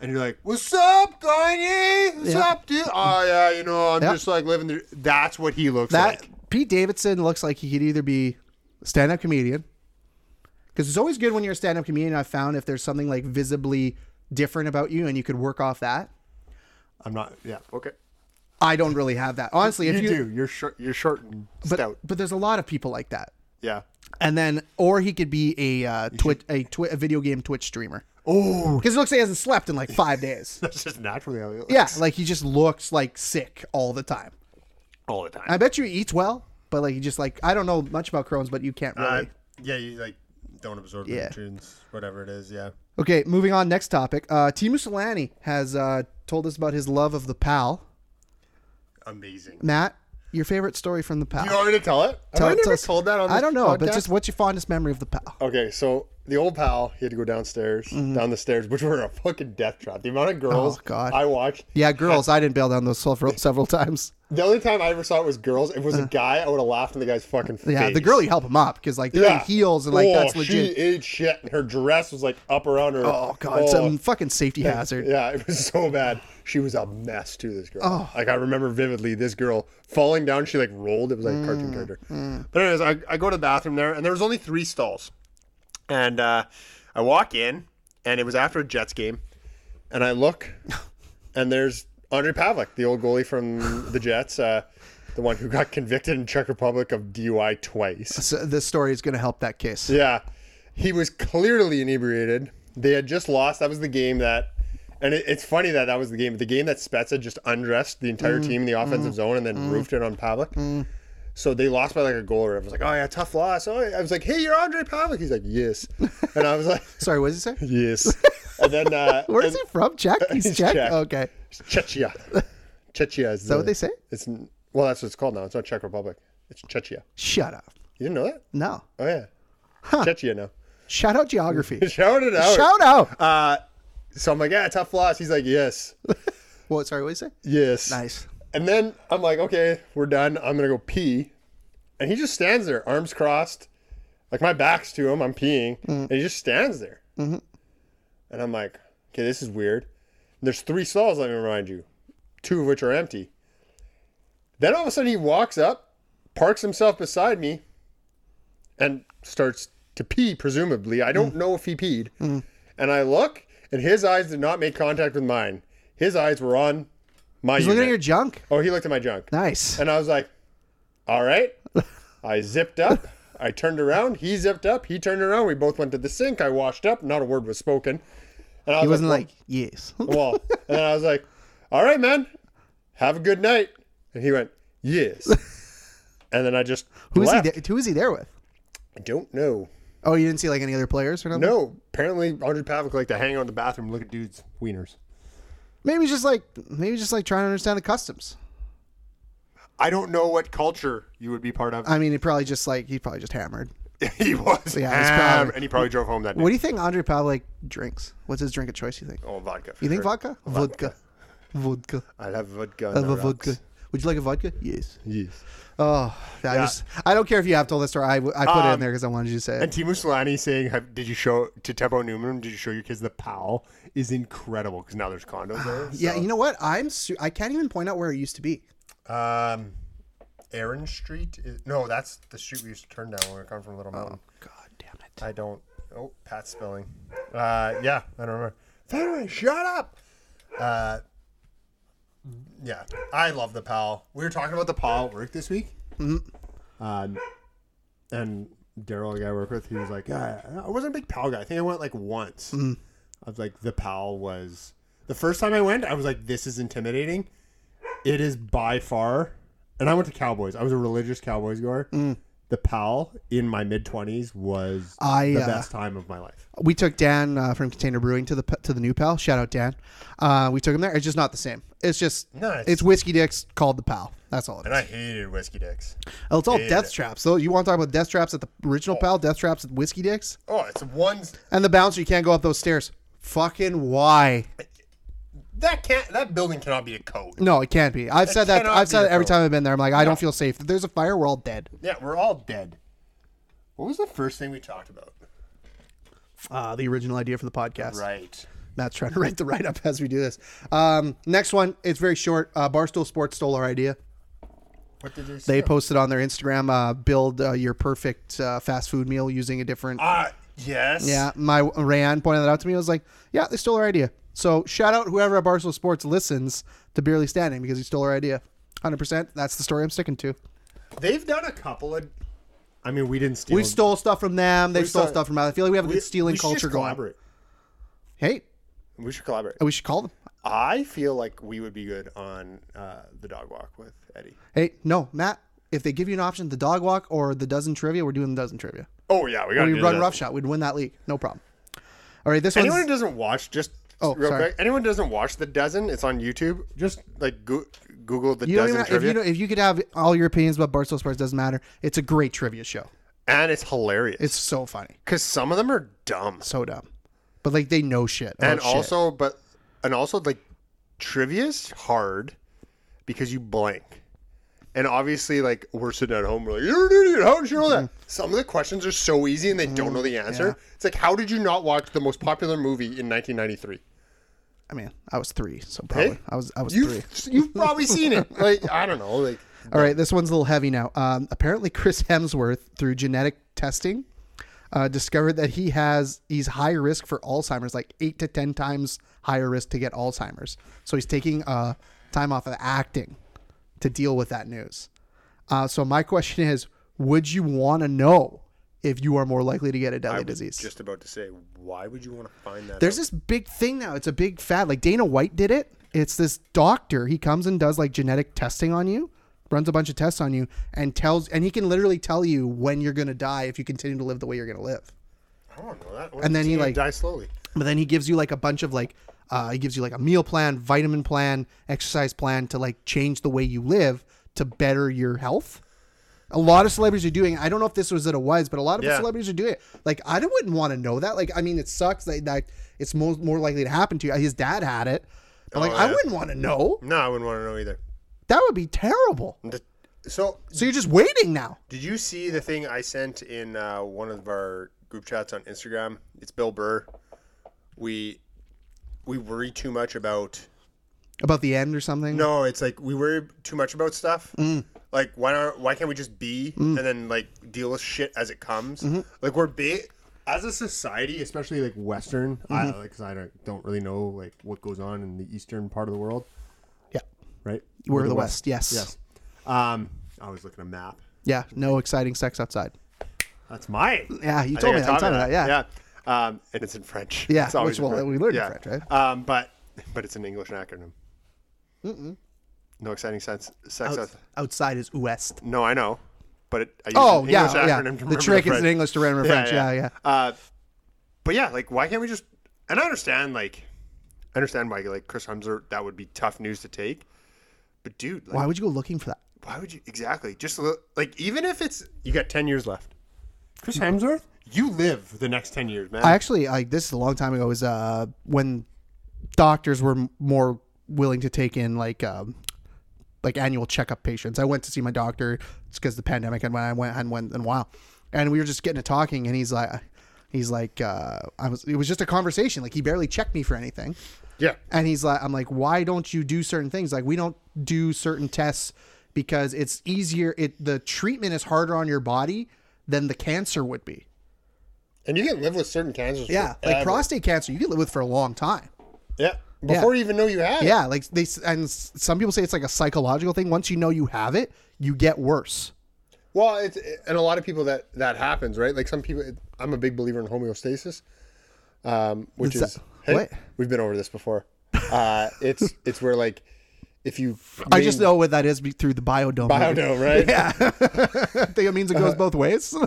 [SPEAKER 2] And you're like, what's up, Kanye? What's
[SPEAKER 1] Yeah.
[SPEAKER 2] up, dude? Oh, yeah, you know, I'm
[SPEAKER 1] Yep.
[SPEAKER 2] just like living the. That's what he looks
[SPEAKER 1] That
[SPEAKER 2] like.
[SPEAKER 1] Pete Davidson looks like he could either be a stand-up comedian because it's always good when you're a stand-up comedian. I've found if there's something like visibly different about you and you could work off that.
[SPEAKER 2] I'm not, yeah, okay.
[SPEAKER 1] I don't really have that honestly. If
[SPEAKER 2] You,
[SPEAKER 1] you,
[SPEAKER 2] do. You're short, you're short and
[SPEAKER 1] but
[SPEAKER 2] stout.
[SPEAKER 1] but there's a lot of people like that.
[SPEAKER 2] Yeah.
[SPEAKER 1] And then, or he could be a uh, Twitch, a, twi- a video game Twitch streamer
[SPEAKER 2] Oh,
[SPEAKER 1] because it looks like he hasn't slept in like five days.
[SPEAKER 2] *laughs* that's just naturally how he looks.
[SPEAKER 1] Yeah, like he just looks like sick all the time.
[SPEAKER 2] All the time.
[SPEAKER 1] I bet you he eats well, but like he just like I don't know much about Crohn's, but you can't really.
[SPEAKER 2] Uh, yeah, you like don't absorb the
[SPEAKER 1] Yeah.
[SPEAKER 2] nutrients, whatever it is. Yeah.
[SPEAKER 1] okay, moving on. Next topic. Uh, Timu Solani has uh, told us about his love of the pal.
[SPEAKER 2] Amazing.
[SPEAKER 1] Matt, Your favorite story from the PAL.
[SPEAKER 2] You already tell it? Have
[SPEAKER 1] Tell-
[SPEAKER 2] I never
[SPEAKER 1] tell us-
[SPEAKER 2] told that on
[SPEAKER 1] I
[SPEAKER 2] this
[SPEAKER 1] don't know, but
[SPEAKER 2] podcast?
[SPEAKER 1] just what's your fondest memory of the PAL?
[SPEAKER 2] Okay, so the old pal, he had to go downstairs, down the stairs, which were a fucking death trap. The amount of girls
[SPEAKER 1] Mm-hmm. Oh, God.
[SPEAKER 2] I watched.
[SPEAKER 1] Yeah, girls, I didn't bail down those
[SPEAKER 2] *laughs*
[SPEAKER 1] several, several times.
[SPEAKER 2] The only time I ever saw it was girls. If It was a guy. I would have laughed in the guy's fucking face.
[SPEAKER 1] Uh. Yeah, the girl you help him up because like they're in heels and like
[SPEAKER 2] oh,
[SPEAKER 1] that's
[SPEAKER 2] She
[SPEAKER 1] legit.
[SPEAKER 2] ate shit, and her dress was like up around her.
[SPEAKER 1] Oh god, it's a fucking
[SPEAKER 2] *laughs*
[SPEAKER 1] safety hazard.
[SPEAKER 2] Yeah, it was *laughs* so bad. She was a mess too. This girl. Like I remember vividly this girl falling down. She like rolled. It was like a cartoon character. But anyways, I, I go to the bathroom there, and there was only three stalls, and uh, I walk in, and it was after a Jets game, and I look, and there's Andre Pavlik, the old goalie from the Jets, uh, the one who got convicted in Czech Republic of DUI twice.
[SPEAKER 1] So this story is going to help that case.
[SPEAKER 2] Yeah. He was clearly inebriated. They had just lost. That was the game that, and it, it's funny that that was the game. The game that Spezza just undressed the entire
[SPEAKER 1] Mm,
[SPEAKER 2] team in the offensive zone and then roofed it on Pavlik. So they lost by like a goal. Or I was like, oh yeah, tough loss. Oh, yeah. I was like, hey, you're Andre Pavlik. He's like,
[SPEAKER 1] *laughs*
[SPEAKER 2] yes, and I was like,
[SPEAKER 1] Sorry, what did you
[SPEAKER 2] *laughs*
[SPEAKER 1] say?
[SPEAKER 2] yes. And then uh,
[SPEAKER 1] *laughs* Where
[SPEAKER 2] and
[SPEAKER 1] is he from? Czech? He's
[SPEAKER 2] He's
[SPEAKER 1] Czech.
[SPEAKER 2] Czech.
[SPEAKER 1] Okay.
[SPEAKER 2] Chechia. Chechia is, is
[SPEAKER 1] that what they say?
[SPEAKER 2] It's well, that's what it's called now. It's not Czech Republic. It's Chechia.
[SPEAKER 1] Shut up.
[SPEAKER 2] You didn't know that?
[SPEAKER 1] No.
[SPEAKER 2] Oh yeah, Chechia now.
[SPEAKER 1] Shout out geography.
[SPEAKER 2] *laughs* Shout it out.
[SPEAKER 1] Shout out.
[SPEAKER 2] Uh, so I'm like, yeah, tough loss. He's like, yes,
[SPEAKER 1] What? Sorry, what did you say?
[SPEAKER 2] yes.
[SPEAKER 1] Nice.
[SPEAKER 2] And then I'm like, okay, we're done. I'm gonna go pee, and he just stands there, arms crossed, like my back's to him. I'm peeing, and he just stands there.
[SPEAKER 1] Mm-hmm.
[SPEAKER 2] And I'm like, okay, this is weird. And there's three stalls. Let me remind you, two of which are empty. Then all of a sudden he walks up, parks himself beside me, and starts to pee, presumably. I
[SPEAKER 1] Mm.
[SPEAKER 2] don't know if he peed. And I look, and his eyes did not make contact with mine. His eyes were on my
[SPEAKER 1] He's looking at
[SPEAKER 2] unit.
[SPEAKER 1] your junk.
[SPEAKER 2] Oh, he looked at my junk.
[SPEAKER 1] Nice.
[SPEAKER 2] And I was like, all right. I zipped up. I turned around. He zipped up. He turned around. We both went to the sink. I washed up. Not a word was spoken. And I was
[SPEAKER 1] He wasn't
[SPEAKER 2] "Well,
[SPEAKER 1] like yes. *laughs*
[SPEAKER 2] well, and I was like, "All right, man, have a good night." And he went, "Yes." And then I just
[SPEAKER 1] Who is he?
[SPEAKER 2] left.
[SPEAKER 1] There, who is he there with?
[SPEAKER 2] I don't know.
[SPEAKER 1] Oh, you didn't see like any other players or nothing.
[SPEAKER 2] No, apparently Andre Pavlik liked to hang out in the bathroom, and look at dudes' wieners.
[SPEAKER 1] Maybe he's just like maybe he's just like trying to understand the customs.
[SPEAKER 2] I don't know what culture you would be part of. *laughs*
[SPEAKER 1] I mean, he probably just like he probably just hammered.
[SPEAKER 2] he was,
[SPEAKER 1] Yeah, he's
[SPEAKER 2] ham,
[SPEAKER 1] probably-
[SPEAKER 2] and he probably drove home that day.
[SPEAKER 1] What do you think Andre Pavlik drinks? What's his drink of choice? You think?
[SPEAKER 2] oh, vodka. for
[SPEAKER 1] You think
[SPEAKER 2] sure.
[SPEAKER 1] vodka? Vodka. Vodka.
[SPEAKER 2] I'd have vodka.
[SPEAKER 1] I love vodka. Would you like a vodka? Yes.
[SPEAKER 2] Yes.
[SPEAKER 1] Oh, I just I don't care if you have told this story. I, w- I put it in there because I wanted you to say it.
[SPEAKER 2] And Timu Solani saying, have, "Did you show to Tempo Newman? Did you show your kids the pal?" Is incredible because now there's condos there.
[SPEAKER 1] Yeah, you know what? I'm su- I can't even point out where it used to be.
[SPEAKER 2] *sighs* Um, Aaron Street? Is, no, that's the street we used to turn down when we were coming from Little Mountain.
[SPEAKER 1] God damn it!
[SPEAKER 2] I don't. Oh, Pat's spelling. Uh, yeah, I don't remember. Fenway, shut up. Uh, yeah, I love the pal. We were talking about the pal at work this week. Mm-hmm. Um, and Daryl, the guy I work with, he was like, yeah, I wasn't a big pal guy. I think I went like once. I was like, the pal was the first time I went. I was like, this is intimidating. It is by far, and I went to Cowboys. I was a religious Cowboys goer.
[SPEAKER 1] Mm.
[SPEAKER 2] The pal in my mid twenties was
[SPEAKER 1] I,
[SPEAKER 2] the
[SPEAKER 1] uh,
[SPEAKER 2] best time of my life.
[SPEAKER 1] We took Dan uh, from Container Brewing to the p- to the new pal. Shout out Dan. Uh, we took him there. It's just not the same. It's just
[SPEAKER 2] No, it's-
[SPEAKER 1] it's whiskey dicks called the pal. That's all it is.
[SPEAKER 2] I hated whiskey dicks.
[SPEAKER 1] Oh, it's all death traps. So you want to talk about death traps at the original pal? Death traps at whiskey dicks
[SPEAKER 2] Oh, it's one
[SPEAKER 1] and the bouncer. You can't go up those stairs. Fucking why?
[SPEAKER 2] that can't that building cannot be a code.
[SPEAKER 1] No, it can't be. I've said that.
[SPEAKER 2] cannot
[SPEAKER 1] I've
[SPEAKER 2] be
[SPEAKER 1] said
[SPEAKER 2] the
[SPEAKER 1] it every
[SPEAKER 2] problem.
[SPEAKER 1] time I've been there. I'm like, I don't feel safe. If there's a fire, we're all dead.
[SPEAKER 2] Yeah, we're all dead. What was the first thing we talked about?
[SPEAKER 1] Uh, the original idea for the podcast.
[SPEAKER 2] Right.
[SPEAKER 1] Matt's trying to write the write up *laughs* as we do this. Um, next one, it's very short. Uh, Barstool Sports stole our idea.
[SPEAKER 2] What did they say?
[SPEAKER 1] They posted on their Instagram, uh, build uh, your perfect uh, fast food meal using a different.
[SPEAKER 2] Ah, yes.
[SPEAKER 1] yeah, my Rayanne pointed that out to me. I was like, yeah, they stole our idea. So shout out whoever at Barstool Sports listens to Barely Standing because he stole our idea. 100%. That's the story I'm sticking to.
[SPEAKER 2] They've done a couple of. I mean, we didn't steal.
[SPEAKER 1] We stole stuff from them. They stole
[SPEAKER 2] saw-
[SPEAKER 1] stuff from us. I feel like we have a
[SPEAKER 2] we-
[SPEAKER 1] good stealing
[SPEAKER 2] we should
[SPEAKER 1] culture
[SPEAKER 2] just
[SPEAKER 1] going.
[SPEAKER 2] collaborate.
[SPEAKER 1] Hey,
[SPEAKER 2] We should collaborate.
[SPEAKER 1] we should call them.
[SPEAKER 2] I feel like we would be good on uh, the dog walk with Eddie.
[SPEAKER 1] Hey, no, Matt, if they give you an option, the dog walk or the dozen trivia, we're doing the dozen trivia.
[SPEAKER 2] Oh yeah, we got.
[SPEAKER 1] We run roughshot. We'd win that league. No problem. All right, this
[SPEAKER 2] Anyone
[SPEAKER 1] one's
[SPEAKER 2] who doesn't watch, just
[SPEAKER 1] Oh,
[SPEAKER 2] real
[SPEAKER 1] sorry.
[SPEAKER 2] quick. Anyone doesn't watch the dozen? It's on YouTube. Just like go- Google the
[SPEAKER 1] You don't
[SPEAKER 2] dozen
[SPEAKER 1] even have, if
[SPEAKER 2] trivia,
[SPEAKER 1] you don't, if you could have all your opinions about Barstool Sports doesn't matter. It's a great trivia show.
[SPEAKER 2] and it's hilarious
[SPEAKER 1] It's so funny,
[SPEAKER 2] because some of them are dumb,
[SPEAKER 1] so dumb, but like they know shit. about
[SPEAKER 2] and
[SPEAKER 1] Oh, shit.
[SPEAKER 2] also but and also like trivia's hard because you blank. And obviously, like we're sitting at home, we're like, "You're an idiot. How did you know that?"
[SPEAKER 1] Mm-hmm.
[SPEAKER 2] Some of the questions are so easy, and they don't know the answer. It's like, how did you not watch the most popular movie in 1993?
[SPEAKER 1] I mean, I was three, so probably I was I was three.
[SPEAKER 2] You you've probably
[SPEAKER 1] *laughs*
[SPEAKER 2] seen it. Like I don't know. Like
[SPEAKER 1] All right, this one's a little heavy now. Um, apparently, Chris Hemsworth, through genetic testing, uh, discovered that he has he's high risk for Alzheimer's, like eight to ten times higher risk to get Alzheimer's. So he's taking uh, time off of acting to deal with that news. Uh, so my question is, would you want to know if you are more likely to get a deadly disease?
[SPEAKER 2] just about to say, why would you want to find that?
[SPEAKER 1] There's this big thing now. It's a big fad. Like Dana White did it. It's this doctor. He comes and does like genetic testing on you, runs a bunch of tests on you, and tells and he can literally tell you when you're gonna die if you continue to live the way you're gonna live.
[SPEAKER 2] I don't know that.
[SPEAKER 1] And then he,
[SPEAKER 2] Seeing it
[SPEAKER 1] like-
[SPEAKER 2] die slowly.
[SPEAKER 1] But then he gives you like a bunch of like uh, he gives you like a meal plan, vitamin plan, exercise plan to like change the way you live to better your health. A lot of celebrities are doing. it. I don't know if this was it or was, but a lot of
[SPEAKER 2] Yeah.
[SPEAKER 1] celebrities are doing it. Like I don't- wouldn't want to know that. Like I mean, it sucks that, that it's more more likely to happen to you. His dad had it, but like I
[SPEAKER 2] Oh, yeah.
[SPEAKER 1] wouldn't want to know.
[SPEAKER 2] No, I wouldn't want to know either.
[SPEAKER 1] That would be terrible.
[SPEAKER 2] The- so,
[SPEAKER 1] So you're just waiting now.
[SPEAKER 2] did you see the thing I sent in uh, one of our group chats on Instagram? It's Bill Burr. We we worry too much about.
[SPEAKER 1] About the end or something.
[SPEAKER 2] No, it's like we worry too much about stuff.
[SPEAKER 1] Mm.
[SPEAKER 2] Like why not? Why can't we just be and then like deal with shit as it comes?
[SPEAKER 1] Mm-hmm.
[SPEAKER 2] Like we're big as a society, especially like Western. I
[SPEAKER 1] Mm-hmm.
[SPEAKER 2] like 'cause I don't don't really know like what goes on in the eastern part of the world,
[SPEAKER 1] Yeah.
[SPEAKER 2] right?
[SPEAKER 1] We're the West. Yes.
[SPEAKER 2] Yes. Um, I was looking at a map.
[SPEAKER 1] Yeah. No exciting sex outside.
[SPEAKER 2] That's my.
[SPEAKER 1] *laughs* Yeah. You
[SPEAKER 2] I
[SPEAKER 1] told me
[SPEAKER 2] think
[SPEAKER 1] that.
[SPEAKER 2] I
[SPEAKER 1] I'm telling you that. Yeah.
[SPEAKER 2] Yeah. Um, and it's in French.
[SPEAKER 1] *laughs* Yeah,
[SPEAKER 2] It's always
[SPEAKER 1] which, well,
[SPEAKER 2] in French.
[SPEAKER 1] we learned in French, right?
[SPEAKER 2] Um, but but it's an English acronym. Mm-mm. No exciting sense. Sex. eth-
[SPEAKER 1] Outside is West.
[SPEAKER 2] No, I know, but it, I use
[SPEAKER 1] Oh
[SPEAKER 2] an
[SPEAKER 1] yeah,
[SPEAKER 2] English
[SPEAKER 1] yeah.
[SPEAKER 2] acronym to
[SPEAKER 1] The trick is in
[SPEAKER 2] English.
[SPEAKER 1] English to remember French. Yeah, yeah.
[SPEAKER 2] Uh, but yeah, like, why can't we just? And I understand, like, I understand why, like, Chris Hemsworth, that would be tough news to take. But dude, like,
[SPEAKER 1] Why would you go looking for that?
[SPEAKER 2] why would you exactly just li- like even if it's you got 10 years left chris hemsworth you live the next 10 years man
[SPEAKER 1] I actually like this is a long time ago. Is uh when doctors were m- more willing to take in like um like annual checkup patients. I went to see my doctor. It's because the pandemic and when I went and went and wow, and we were just getting to talking, and he's like, he's like, uh, I was. It was just a conversation. Like he barely checked me for anything.
[SPEAKER 2] yeah
[SPEAKER 1] And he's like, I'm like, why don't you do certain things? Like, we don't do certain tests because it's easier. It the treatment is harder on your body than the cancer would be.
[SPEAKER 2] and you can live with certain cancers
[SPEAKER 1] Yeah, like
[SPEAKER 2] forever.
[SPEAKER 1] prostate cancer, you can live with for a long time.
[SPEAKER 2] yeah before you even know you have it.
[SPEAKER 1] Yeah, like they s- and s- some people say it's like a psychological thing. Once you know you have it, you get worse.
[SPEAKER 2] well it's and a lot of people that that happens right like some people i'm a big believer in homeostasis um which
[SPEAKER 1] Is
[SPEAKER 2] is,
[SPEAKER 1] that- what?
[SPEAKER 2] we've been over this before uh it's it's where like if you
[SPEAKER 1] I just know what that is be- through the biodome.
[SPEAKER 2] i don't know
[SPEAKER 1] *laughs*
[SPEAKER 2] right yeah
[SPEAKER 1] I think it means it goes both ways. *laughs*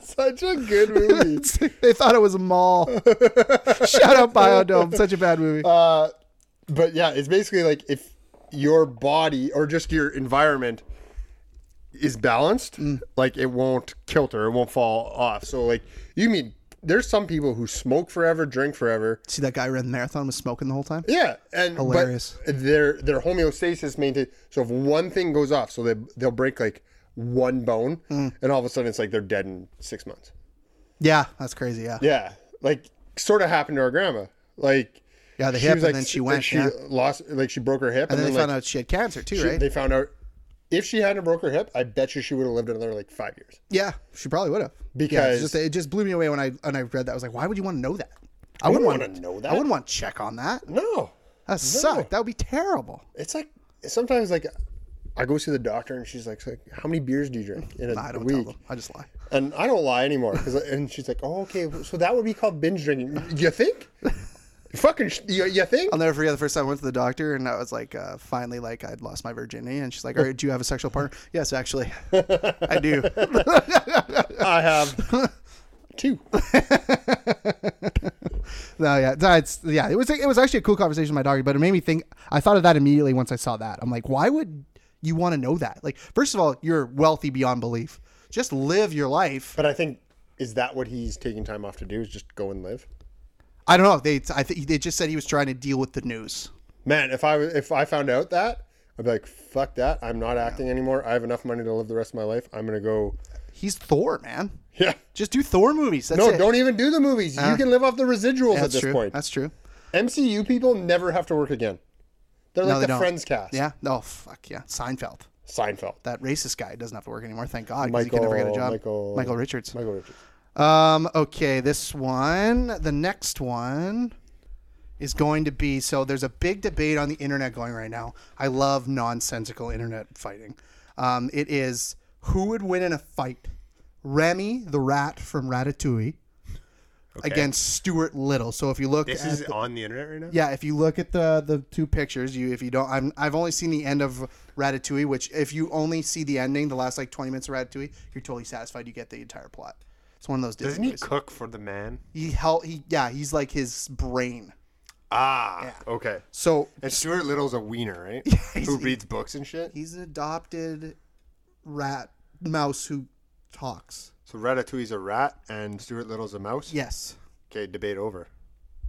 [SPEAKER 2] such a
[SPEAKER 1] *laughs*
[SPEAKER 2] good movie
[SPEAKER 1] they thought it was a mall. *laughs* Shout out biodome, such a bad movie.
[SPEAKER 2] but yeah, it's basically like if your body or just your environment is balanced,
[SPEAKER 1] Mm.
[SPEAKER 2] like it won't kilter, it won't fall off. So like you mean there's some people who smoke forever, drink forever.
[SPEAKER 1] See that guy who ran the marathon was smoking the whole time.
[SPEAKER 2] Yeah, and but
[SPEAKER 1] Hilarious.
[SPEAKER 2] their their homeostasis maintained. So if one thing goes off, so they they'll break like one bone,
[SPEAKER 1] Mm.
[SPEAKER 2] and all of a sudden it's like they're dead in six months.
[SPEAKER 1] Yeah, that's crazy. Yeah.
[SPEAKER 2] Yeah, like sort of happened to our grandma. Like
[SPEAKER 1] Yeah, the
[SPEAKER 2] she
[SPEAKER 1] hip,
[SPEAKER 2] was,
[SPEAKER 1] and then she went,
[SPEAKER 2] She
[SPEAKER 1] yeah.
[SPEAKER 2] lost like she broke her hip,
[SPEAKER 1] And then they
[SPEAKER 2] like,
[SPEAKER 1] found out she had cancer too,
[SPEAKER 2] She-
[SPEAKER 1] right?
[SPEAKER 2] They found out if she hadn't broke her hip, I bet you she would have lived another like five years.
[SPEAKER 1] yeah, she probably would have. yeah, it's
[SPEAKER 2] Because-
[SPEAKER 1] just, it just blew me away when I when I read that. I was like, why would you want to know that? I wouldn't
[SPEAKER 2] wouldn't
[SPEAKER 1] want to
[SPEAKER 2] wanna know that.
[SPEAKER 1] I wouldn't want to check on that.
[SPEAKER 2] No,
[SPEAKER 1] That sucked. That would be terrible.
[SPEAKER 2] it's like sometimes like I go see the doctor and she's like, like "How many beers do you drink in a
[SPEAKER 1] I don't tell
[SPEAKER 2] week?"
[SPEAKER 1] them. I just lie.
[SPEAKER 2] And I don't lie anymore 'cause- and she's like, "Oh, okay, so that would be called binge drinking." You think? Fucking, sh- you, you think?
[SPEAKER 1] I'll never forget the first time I went to the doctor, and I was like, uh, finally, like I'd lost my virginity, and she's like, "All right, do you have a *laughs* sexual partner?" yes, actually, I do. *laughs*
[SPEAKER 2] I have
[SPEAKER 4] two.
[SPEAKER 1] No, yeah, that's yeah. It was it was actually a cool conversation with my dog, but it made me think. I thought of that immediately once I saw that. I'm like, why would you want to know that? Like, first of all, you're wealthy beyond belief. Just live your life.
[SPEAKER 4] But I think is that what he's taking time off to do? Is just go and live?
[SPEAKER 1] I don't know. They I think they just said he was trying to deal with the news.
[SPEAKER 4] Man, if I was- if I found out that, I'd be like, fuck that. I'm not acting anymore. I have enough money to live the rest of my life. I'm gonna go.
[SPEAKER 1] He's Thor, man.
[SPEAKER 4] Yeah.
[SPEAKER 1] Just do Thor movies. That's
[SPEAKER 4] No,
[SPEAKER 1] it. Uh,
[SPEAKER 4] don't even do the movies. you can live off the residuals
[SPEAKER 1] That's
[SPEAKER 4] at this
[SPEAKER 1] true.
[SPEAKER 4] point.
[SPEAKER 1] That's true.
[SPEAKER 4] MCU people never have to work again. They're
[SPEAKER 1] No,
[SPEAKER 4] like
[SPEAKER 1] they
[SPEAKER 4] the
[SPEAKER 1] don't.
[SPEAKER 4] Friends cast.
[SPEAKER 1] Yeah. Oh fuck yeah. Seinfeld.
[SPEAKER 4] Seinfeld.
[SPEAKER 1] That racist guy doesn't have to work anymore. Thank God. 'cause he can never get a
[SPEAKER 4] Michael-
[SPEAKER 1] job.
[SPEAKER 4] Michael-
[SPEAKER 1] Michael Richards.
[SPEAKER 4] Michael Richards.
[SPEAKER 1] Um, okay, this one, the next one is going to be so there's a big debate on the internet going right now. I love nonsensical internet fighting. Um, it is who would win in a fight? Remy the rat from Ratatouille against Stuart Little. So if you look
[SPEAKER 2] This
[SPEAKER 1] at
[SPEAKER 2] is on the internet right now.
[SPEAKER 1] yeah, if you look at the the two pictures, you if you don't, I'm, I've only seen the end of Ratatouille, which if you only see the ending, the last like 20 minutes of Ratatouille, you're totally satisfied. You get the entire plot. It's one of those. Disney
[SPEAKER 2] Doesn't he
[SPEAKER 1] movies.
[SPEAKER 2] cook for the man?
[SPEAKER 1] He held. He yeah. He's like his brain.
[SPEAKER 2] Ah, okay.
[SPEAKER 1] So
[SPEAKER 2] And Stuart Little's a wiener,
[SPEAKER 1] *laughs*
[SPEAKER 2] right? Who reads books and shit.
[SPEAKER 1] he's an adopted rat mouse who talks.
[SPEAKER 2] So Ratatouille's a rat and Stuart Little's a mouse.
[SPEAKER 1] Yes.
[SPEAKER 2] Okay, debate over.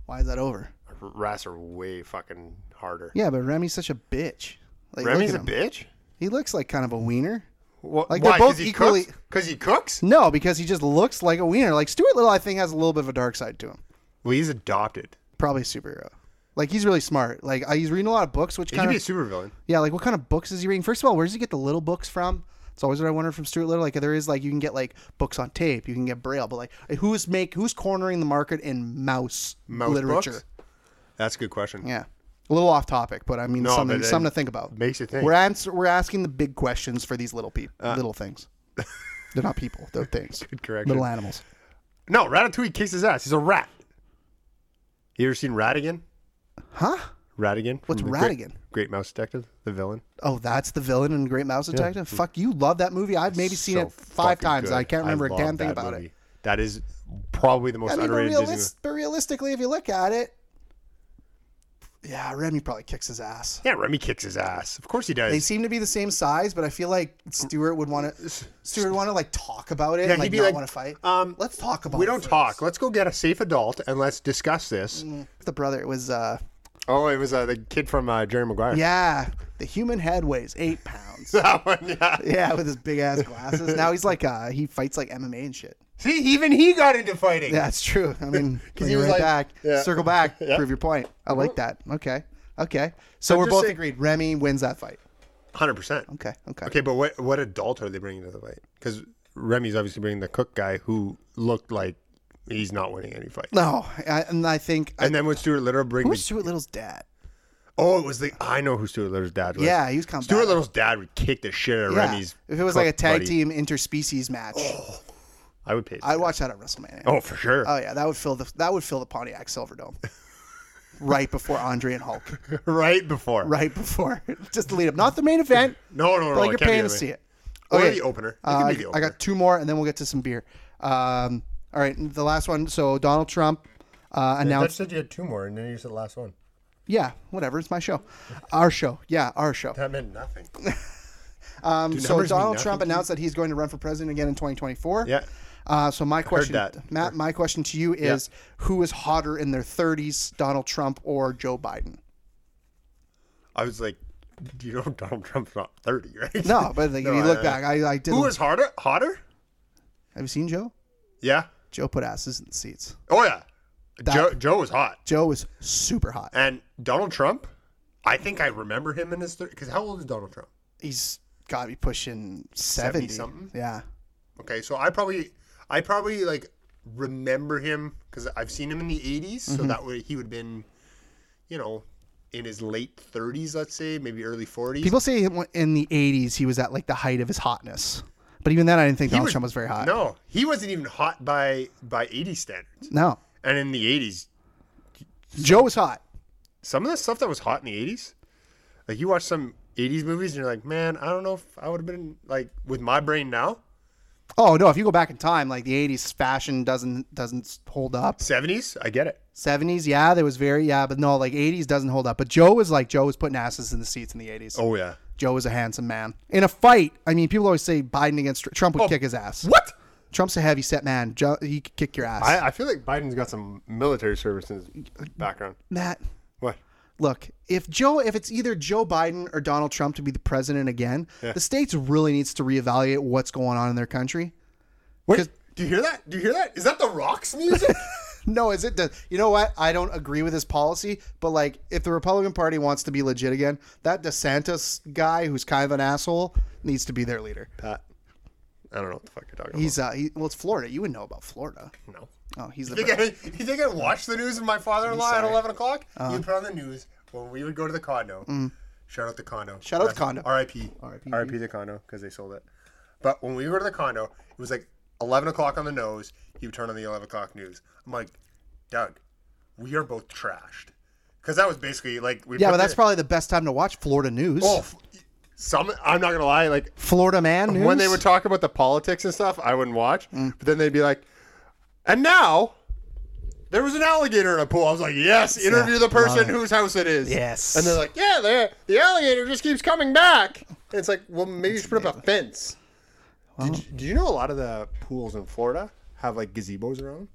[SPEAKER 1] Why is that over?
[SPEAKER 2] Rats are way fucking harder.
[SPEAKER 1] Yeah, but Remy's such a bitch. Like, look
[SPEAKER 2] Remy's
[SPEAKER 1] at
[SPEAKER 2] a
[SPEAKER 1] him.
[SPEAKER 2] bitch.
[SPEAKER 1] He looks like kind of a wiener.
[SPEAKER 2] What,
[SPEAKER 1] Like, they're both equally-
[SPEAKER 2] Because he cooks.
[SPEAKER 1] No, because he just looks like a wiener. Like Stuart Little, I think has a little bit of a dark side to him.
[SPEAKER 2] Well, he's adopted.
[SPEAKER 1] Probably a superhero. Like he's really smart. Like I- he's reading a lot of books, which
[SPEAKER 2] He could
[SPEAKER 1] kind
[SPEAKER 2] be a
[SPEAKER 1] of
[SPEAKER 2] supervillain.
[SPEAKER 1] yeah. Like what kind of books is he reading? First of all, where does he get the little books from? It's always what I wonder from Stuart Little. Like there is like you can get like books on tape, you can get braille, but like who's make who's cornering the market in mouse,
[SPEAKER 2] Mouse
[SPEAKER 1] literature?
[SPEAKER 2] books? That's a good question.
[SPEAKER 1] Yeah, a little off topic, but I mean
[SPEAKER 2] No,
[SPEAKER 1] something
[SPEAKER 2] but uh, it
[SPEAKER 1] something to think about.
[SPEAKER 2] makes you think.
[SPEAKER 1] We're ans- we're asking the big questions for these little people,
[SPEAKER 2] Uh.
[SPEAKER 1] little
[SPEAKER 2] *laughs*
[SPEAKER 1] things. They're not people. They're things.
[SPEAKER 2] correction.
[SPEAKER 1] Little animals.
[SPEAKER 2] No, Ratatouille kicks his ass. He's a rat. You ever seen Ratigan?
[SPEAKER 1] Huh?
[SPEAKER 2] Ratigan? from
[SPEAKER 1] What's
[SPEAKER 2] the Mm, Great-
[SPEAKER 1] Ratigan?
[SPEAKER 2] Great, Mouse Detective, the villain.
[SPEAKER 1] Oh, that's the villain in Great Mouse Detective. Fuck, you love that movie. I've maybe seen
[SPEAKER 2] Mm. So
[SPEAKER 1] it five
[SPEAKER 2] fucking
[SPEAKER 1] times.
[SPEAKER 2] good.
[SPEAKER 1] I can't remember a
[SPEAKER 2] love
[SPEAKER 1] damn thing
[SPEAKER 2] that
[SPEAKER 1] about it.
[SPEAKER 2] movie. That is probably the most
[SPEAKER 1] I mean, but,
[SPEAKER 2] underrated Disney movie.
[SPEAKER 1] realis- but realistically, if you look at it, yeah, Remy probably kicks his ass.
[SPEAKER 2] Yeah, Remy kicks his ass. Of course he
[SPEAKER 1] They
[SPEAKER 2] does.
[SPEAKER 1] seem to be the same size, but I feel like Stewart would want to. Stewart would want to like talk about it.
[SPEAKER 2] Yeah,
[SPEAKER 1] and, like
[SPEAKER 2] he'd be
[SPEAKER 1] not
[SPEAKER 2] like,
[SPEAKER 1] want to fight.
[SPEAKER 2] um,
[SPEAKER 1] Let's talk about.
[SPEAKER 2] we
[SPEAKER 1] it
[SPEAKER 2] don't
[SPEAKER 1] first.
[SPEAKER 2] talk. Let's go get a safe adult and let's discuss this.
[SPEAKER 1] The brother was. uh
[SPEAKER 2] Oh, it was uh, the kid from uh, Jerry Maguire.
[SPEAKER 1] Yeah, the human head weighs eight pounds.
[SPEAKER 2] *laughs* That one, yeah.
[SPEAKER 1] yeah, with his big ass glasses. Now he's like, uh he fights like MMA and shit.
[SPEAKER 2] See, even he got into fighting.
[SPEAKER 1] Yeah, it's true. I
[SPEAKER 2] *laughs*
[SPEAKER 1] mean, bring
[SPEAKER 4] he
[SPEAKER 1] it
[SPEAKER 4] was
[SPEAKER 1] right
[SPEAKER 4] like-
[SPEAKER 1] back,
[SPEAKER 4] yeah.
[SPEAKER 1] circle back, prove your point. I like that. Okay, okay. So we're
[SPEAKER 2] just
[SPEAKER 1] both
[SPEAKER 2] saying-
[SPEAKER 1] agreed. Remy wins that fight.
[SPEAKER 2] 100%.
[SPEAKER 1] Okay, okay.
[SPEAKER 2] Okay, but what what adult are they bringing to the fight? Because Remy's obviously bringing the cook guy who looked like he's not winning any fight.
[SPEAKER 1] No, I, and I think I,
[SPEAKER 2] And then would Stuart Little bring
[SPEAKER 1] who's
[SPEAKER 2] the,
[SPEAKER 1] Stuart Little's dad?
[SPEAKER 2] Oh, it was the I know who Stuart Little's dad was.
[SPEAKER 1] Yeah, he was coming.
[SPEAKER 2] Stuart Little's dad would kick the shit out of
[SPEAKER 1] Yeah.
[SPEAKER 2] Remy's.
[SPEAKER 1] If it was like a
[SPEAKER 2] cook
[SPEAKER 1] tag
[SPEAKER 2] buddy.
[SPEAKER 1] team interspecies match,
[SPEAKER 2] I would pay.
[SPEAKER 1] I'd watch that at WrestleMania. Oh.
[SPEAKER 2] *laughs* oh, for sure.
[SPEAKER 1] yeah, that would fill the that would fill the Pontiac Silverdome. right before Andre and Hulk.
[SPEAKER 2] *laughs* right before.
[SPEAKER 1] Right before, *laughs* just the lead up, not the main event.
[SPEAKER 2] No, no, no.
[SPEAKER 1] but like
[SPEAKER 2] it
[SPEAKER 1] you're
[SPEAKER 2] can't be
[SPEAKER 1] paying to
[SPEAKER 2] the main-
[SPEAKER 1] see it.
[SPEAKER 2] Oh, Or
[SPEAKER 1] Okay.
[SPEAKER 2] the opener. It
[SPEAKER 1] Uh,
[SPEAKER 2] could
[SPEAKER 1] I,
[SPEAKER 2] be the
[SPEAKER 1] I
[SPEAKER 2] opener.
[SPEAKER 1] got two more, and then we'll get to some beer. Um, all right, the last one. So Donald Trump uh,
[SPEAKER 2] I
[SPEAKER 1] announced,
[SPEAKER 2] said you had two more, and then you said the last one.
[SPEAKER 1] yeah, whatever, it's my show, our show, yeah, our show.
[SPEAKER 2] That meant
[SPEAKER 1] *laughs*
[SPEAKER 2] nothing.
[SPEAKER 1] Um, so
[SPEAKER 2] numbers mean
[SPEAKER 1] Donald
[SPEAKER 2] nothing
[SPEAKER 1] Trump
[SPEAKER 2] to you?
[SPEAKER 1] announced that he's going to run for president again in 2024.
[SPEAKER 2] Yeah.
[SPEAKER 1] Uh, so my question,
[SPEAKER 2] that.
[SPEAKER 1] Matt, my question to you is, who is hotter in their 30s, Donald Trump or Joe Biden?
[SPEAKER 2] I was like, you know, Donald Trump's not thirty, right?
[SPEAKER 1] No, *laughs* but like,
[SPEAKER 2] No,
[SPEAKER 1] if you look
[SPEAKER 2] I-
[SPEAKER 1] back, I, I did.
[SPEAKER 2] Who is harder? Hotter?
[SPEAKER 1] have you seen Joe?
[SPEAKER 2] Yeah.
[SPEAKER 1] Joe put asses in the seats.
[SPEAKER 2] Oh yeah. Joe Joe was hot,
[SPEAKER 1] Joe was super hot.
[SPEAKER 2] and Donald Trump. I think I remember him in his thirty. Because how old is Donald Trump?
[SPEAKER 1] He's got to be pushing 70.
[SPEAKER 2] 70 something?
[SPEAKER 1] Yeah.
[SPEAKER 2] Okay, so I probably I probably like remember him because I've seen him in the 80s, so that would he would have been, you know, in his late 30s, let's say, maybe early 40s.
[SPEAKER 1] People say him- in the '80s he was at like the height of his hotness, but even then I didn't think
[SPEAKER 2] He
[SPEAKER 1] Donald Trump was very hot.
[SPEAKER 2] No, he wasn't even hot by by 80 standards.
[SPEAKER 1] No.
[SPEAKER 2] And in the 80s,
[SPEAKER 1] Joe was hot.
[SPEAKER 2] some of the stuff that was hot in the 80s, like you watch some 80s movies and you're like, man, I don't know if I would have been like with my brain now.
[SPEAKER 1] Oh no! If you go back in time, like the '80s fashion doesn't doesn't hold up.
[SPEAKER 3] Seventies, I get it.
[SPEAKER 1] '70s, yeah, there was very yeah, but no, like '80s doesn't hold up. But Joe was like Joe was putting asses in the seats in the '80s.
[SPEAKER 3] Oh yeah.
[SPEAKER 1] Joe was a handsome man in a fight. I mean, people always say Biden against Tr- Trump would kick his ass.
[SPEAKER 3] Oh. What?
[SPEAKER 1] Trump's a heavy set man. Joe, he could kick your ass.
[SPEAKER 2] I, I feel like Biden's got some military service in his background.
[SPEAKER 1] Matt,
[SPEAKER 2] What?
[SPEAKER 1] look, if Joe, if it's either Joe Biden or Donald Trump to be the president again, the states really needs to reevaluate what's going on in their country.
[SPEAKER 3] Wait, do you hear that? Do you hear that? Is that the Rocks *laughs* music?
[SPEAKER 1] No, is it? The, you know what? I don't agree with his policy, but like, if the Republican Party wants to be legit again, that DeSantis guy, who's kind of an asshole, needs to be their leader.
[SPEAKER 3] Pat, I don't know what the fuck you're talking
[SPEAKER 1] He's uh, he, well, it's Florida. You would know about Florida.
[SPEAKER 3] about. No.
[SPEAKER 1] Oh, he's the.
[SPEAKER 3] You think, I, *laughs* you think I watched the news with my father-in-law at 11 o'clock? you
[SPEAKER 1] Uh-huh.
[SPEAKER 3] put on the news when we would go to the condo. Shout out the condo.
[SPEAKER 1] Mm. Shout out the
[SPEAKER 3] That's
[SPEAKER 1] condo.
[SPEAKER 3] R.I.P. R.I.P. the condo because they sold it. But when we go to the condo, it was like 11 o'clock on the nose. He would turn on the 11 o'clock news. I'm like, Doug, we are both trashed. Because that was basically like we.
[SPEAKER 1] yeah,
[SPEAKER 3] put
[SPEAKER 1] but that's
[SPEAKER 3] the-
[SPEAKER 1] probably the best time to watch Florida news.
[SPEAKER 3] Oh, f- some. I'm not gonna lie. Like
[SPEAKER 1] Florida man news.
[SPEAKER 2] When they would talk about the politics and stuff, I wouldn't watch.
[SPEAKER 1] Mm.
[SPEAKER 2] But then they'd be like, and now there was an alligator in a pool. I was like, yes, interview the person
[SPEAKER 1] love it.
[SPEAKER 2] whose house it is.
[SPEAKER 1] Yes.
[SPEAKER 2] And they're like, yeah, the, the alligator just keeps coming back. And it's like, well, maybe you should put up a fence. Did you- do you know a lot of the pools in Florida have like gazebos around?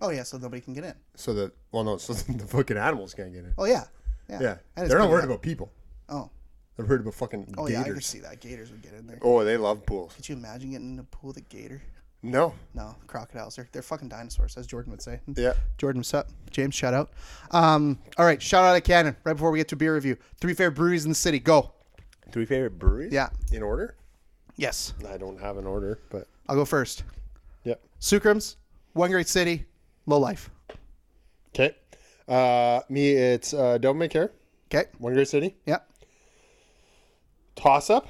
[SPEAKER 1] Oh yeah, so nobody can get in.
[SPEAKER 2] So that, well, no, *laughs* so the fucking animals can't get in.
[SPEAKER 1] Oh yeah, yeah.
[SPEAKER 2] Yeah.
[SPEAKER 1] And it's
[SPEAKER 2] They're not
[SPEAKER 1] pretty
[SPEAKER 2] worried
[SPEAKER 1] hot.
[SPEAKER 2] about people.
[SPEAKER 1] Oh,
[SPEAKER 2] They're worried about fucking
[SPEAKER 1] oh yeah, I could
[SPEAKER 2] gators.
[SPEAKER 1] see that. Gators would get in there.
[SPEAKER 2] Oh, they love pools.
[SPEAKER 1] Could you imagine getting in a pool with a gator?
[SPEAKER 2] No.
[SPEAKER 1] No, crocodiles. They're, they're fucking dinosaurs, as Jordan would say.
[SPEAKER 2] Yeah.
[SPEAKER 1] Jordan, what's up? James, shout out. Um, all right, shout out to Cannon right before we get to beer review. Three favorite breweries in the city. Go.
[SPEAKER 2] Three favorite breweries?
[SPEAKER 1] Yeah.
[SPEAKER 2] In order?
[SPEAKER 1] Yes,
[SPEAKER 2] I don't have an order, but
[SPEAKER 1] I'll go first.
[SPEAKER 2] yep.
[SPEAKER 1] Sucrums, One Great City, Low Life.
[SPEAKER 2] Okay. Uh, me, it's uh, Don't Make Care,
[SPEAKER 1] Okay.
[SPEAKER 2] One Great City.
[SPEAKER 1] Yeah.
[SPEAKER 2] Toss up.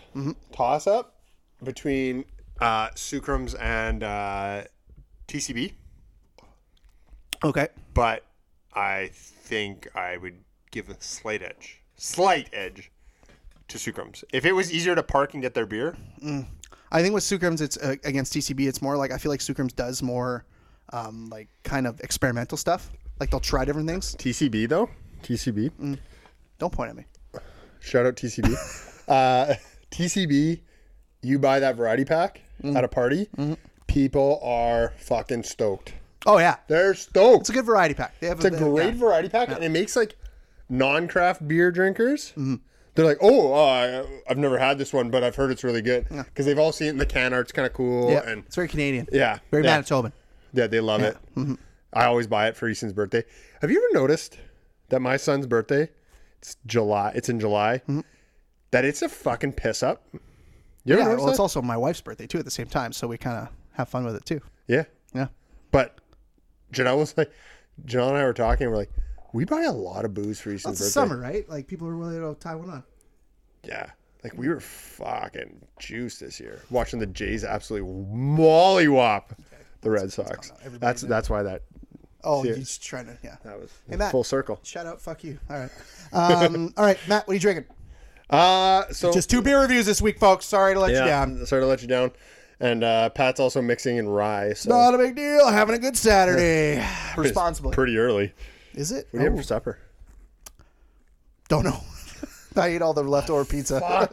[SPEAKER 2] Toss up between uh, Sucrums and uh, TCB,
[SPEAKER 1] Okay.
[SPEAKER 2] but I think I would give a slight edge. Slight edge to Sucrums. If it was easier to park and get their beer,
[SPEAKER 1] I think with Sucrums, it's uh, against TCB. It's more like I feel like Sucrums does more, um, like kind of experimental stuff. Like they'll try different things.
[SPEAKER 2] TCB though, TCB.
[SPEAKER 1] Don't point at me.
[SPEAKER 2] Shout out
[SPEAKER 1] *laughs*
[SPEAKER 2] TCB. uh, TCB, you buy that variety pack
[SPEAKER 1] Mm-hmm.
[SPEAKER 2] at a party, people are fucking stoked.
[SPEAKER 1] Oh yeah,
[SPEAKER 2] They're stoked.
[SPEAKER 1] it's a good variety pack. They have
[SPEAKER 2] It's a great
[SPEAKER 1] yeah. Mm-hmm.
[SPEAKER 2] variety pack, and it makes like non-craft beer drinkers. They're like, oh, uh, I- I've never had this one, but I've heard it's really good because they've all seen it in the can art's kind of cool,
[SPEAKER 1] Yeah,
[SPEAKER 2] and
[SPEAKER 1] it's very Canadian.
[SPEAKER 2] yeah,
[SPEAKER 1] Very
[SPEAKER 2] yeah,
[SPEAKER 1] Manitoban.
[SPEAKER 2] yeah, they love it.
[SPEAKER 1] Mm-hmm.
[SPEAKER 2] I always buy it for Easton's birthday. Have you ever noticed that my son's birthday? It's July. It's in July.
[SPEAKER 1] Mm-hmm.
[SPEAKER 2] That it's a fucking piss up. You ever
[SPEAKER 1] Yeah,
[SPEAKER 2] notice
[SPEAKER 1] well, it's
[SPEAKER 2] that?
[SPEAKER 1] also my wife's birthday too at the same time, so we kind of have fun with it too.
[SPEAKER 2] yeah,
[SPEAKER 1] Yeah.
[SPEAKER 2] but Janelle was like, Janelle and I were talking. and We're like, we buy a lot of booze for
[SPEAKER 1] It's
[SPEAKER 2] Easton's birthday.
[SPEAKER 1] summer, right? Like people are really out of Taiwan on.
[SPEAKER 2] Yeah. Like we were fucking juiced this year, watching the Jays absolutely mollywop the Red Sox. That's that's why that
[SPEAKER 1] Oh,
[SPEAKER 2] Serious.
[SPEAKER 1] you're just trying to yeah.
[SPEAKER 2] that was
[SPEAKER 1] Matt.
[SPEAKER 2] full circle.
[SPEAKER 1] Shout out, fuck you. All *laughs* right. Um, all right, Matt, what are you drinking?
[SPEAKER 2] Uh, so
[SPEAKER 1] Just two beer reviews this week, folks. Sorry to let
[SPEAKER 2] yeah,
[SPEAKER 1] you down.
[SPEAKER 2] sorry to let you down. And uh, Pat's also mixing in rye, so
[SPEAKER 1] Not a big deal. Having a good Saturday.
[SPEAKER 2] it's
[SPEAKER 1] Responsibly.
[SPEAKER 2] Pretty early.
[SPEAKER 1] Is it?
[SPEAKER 2] What do
[SPEAKER 1] Oh,
[SPEAKER 2] you have for supper?
[SPEAKER 1] don't know. *laughs* I ate all the leftover pizza.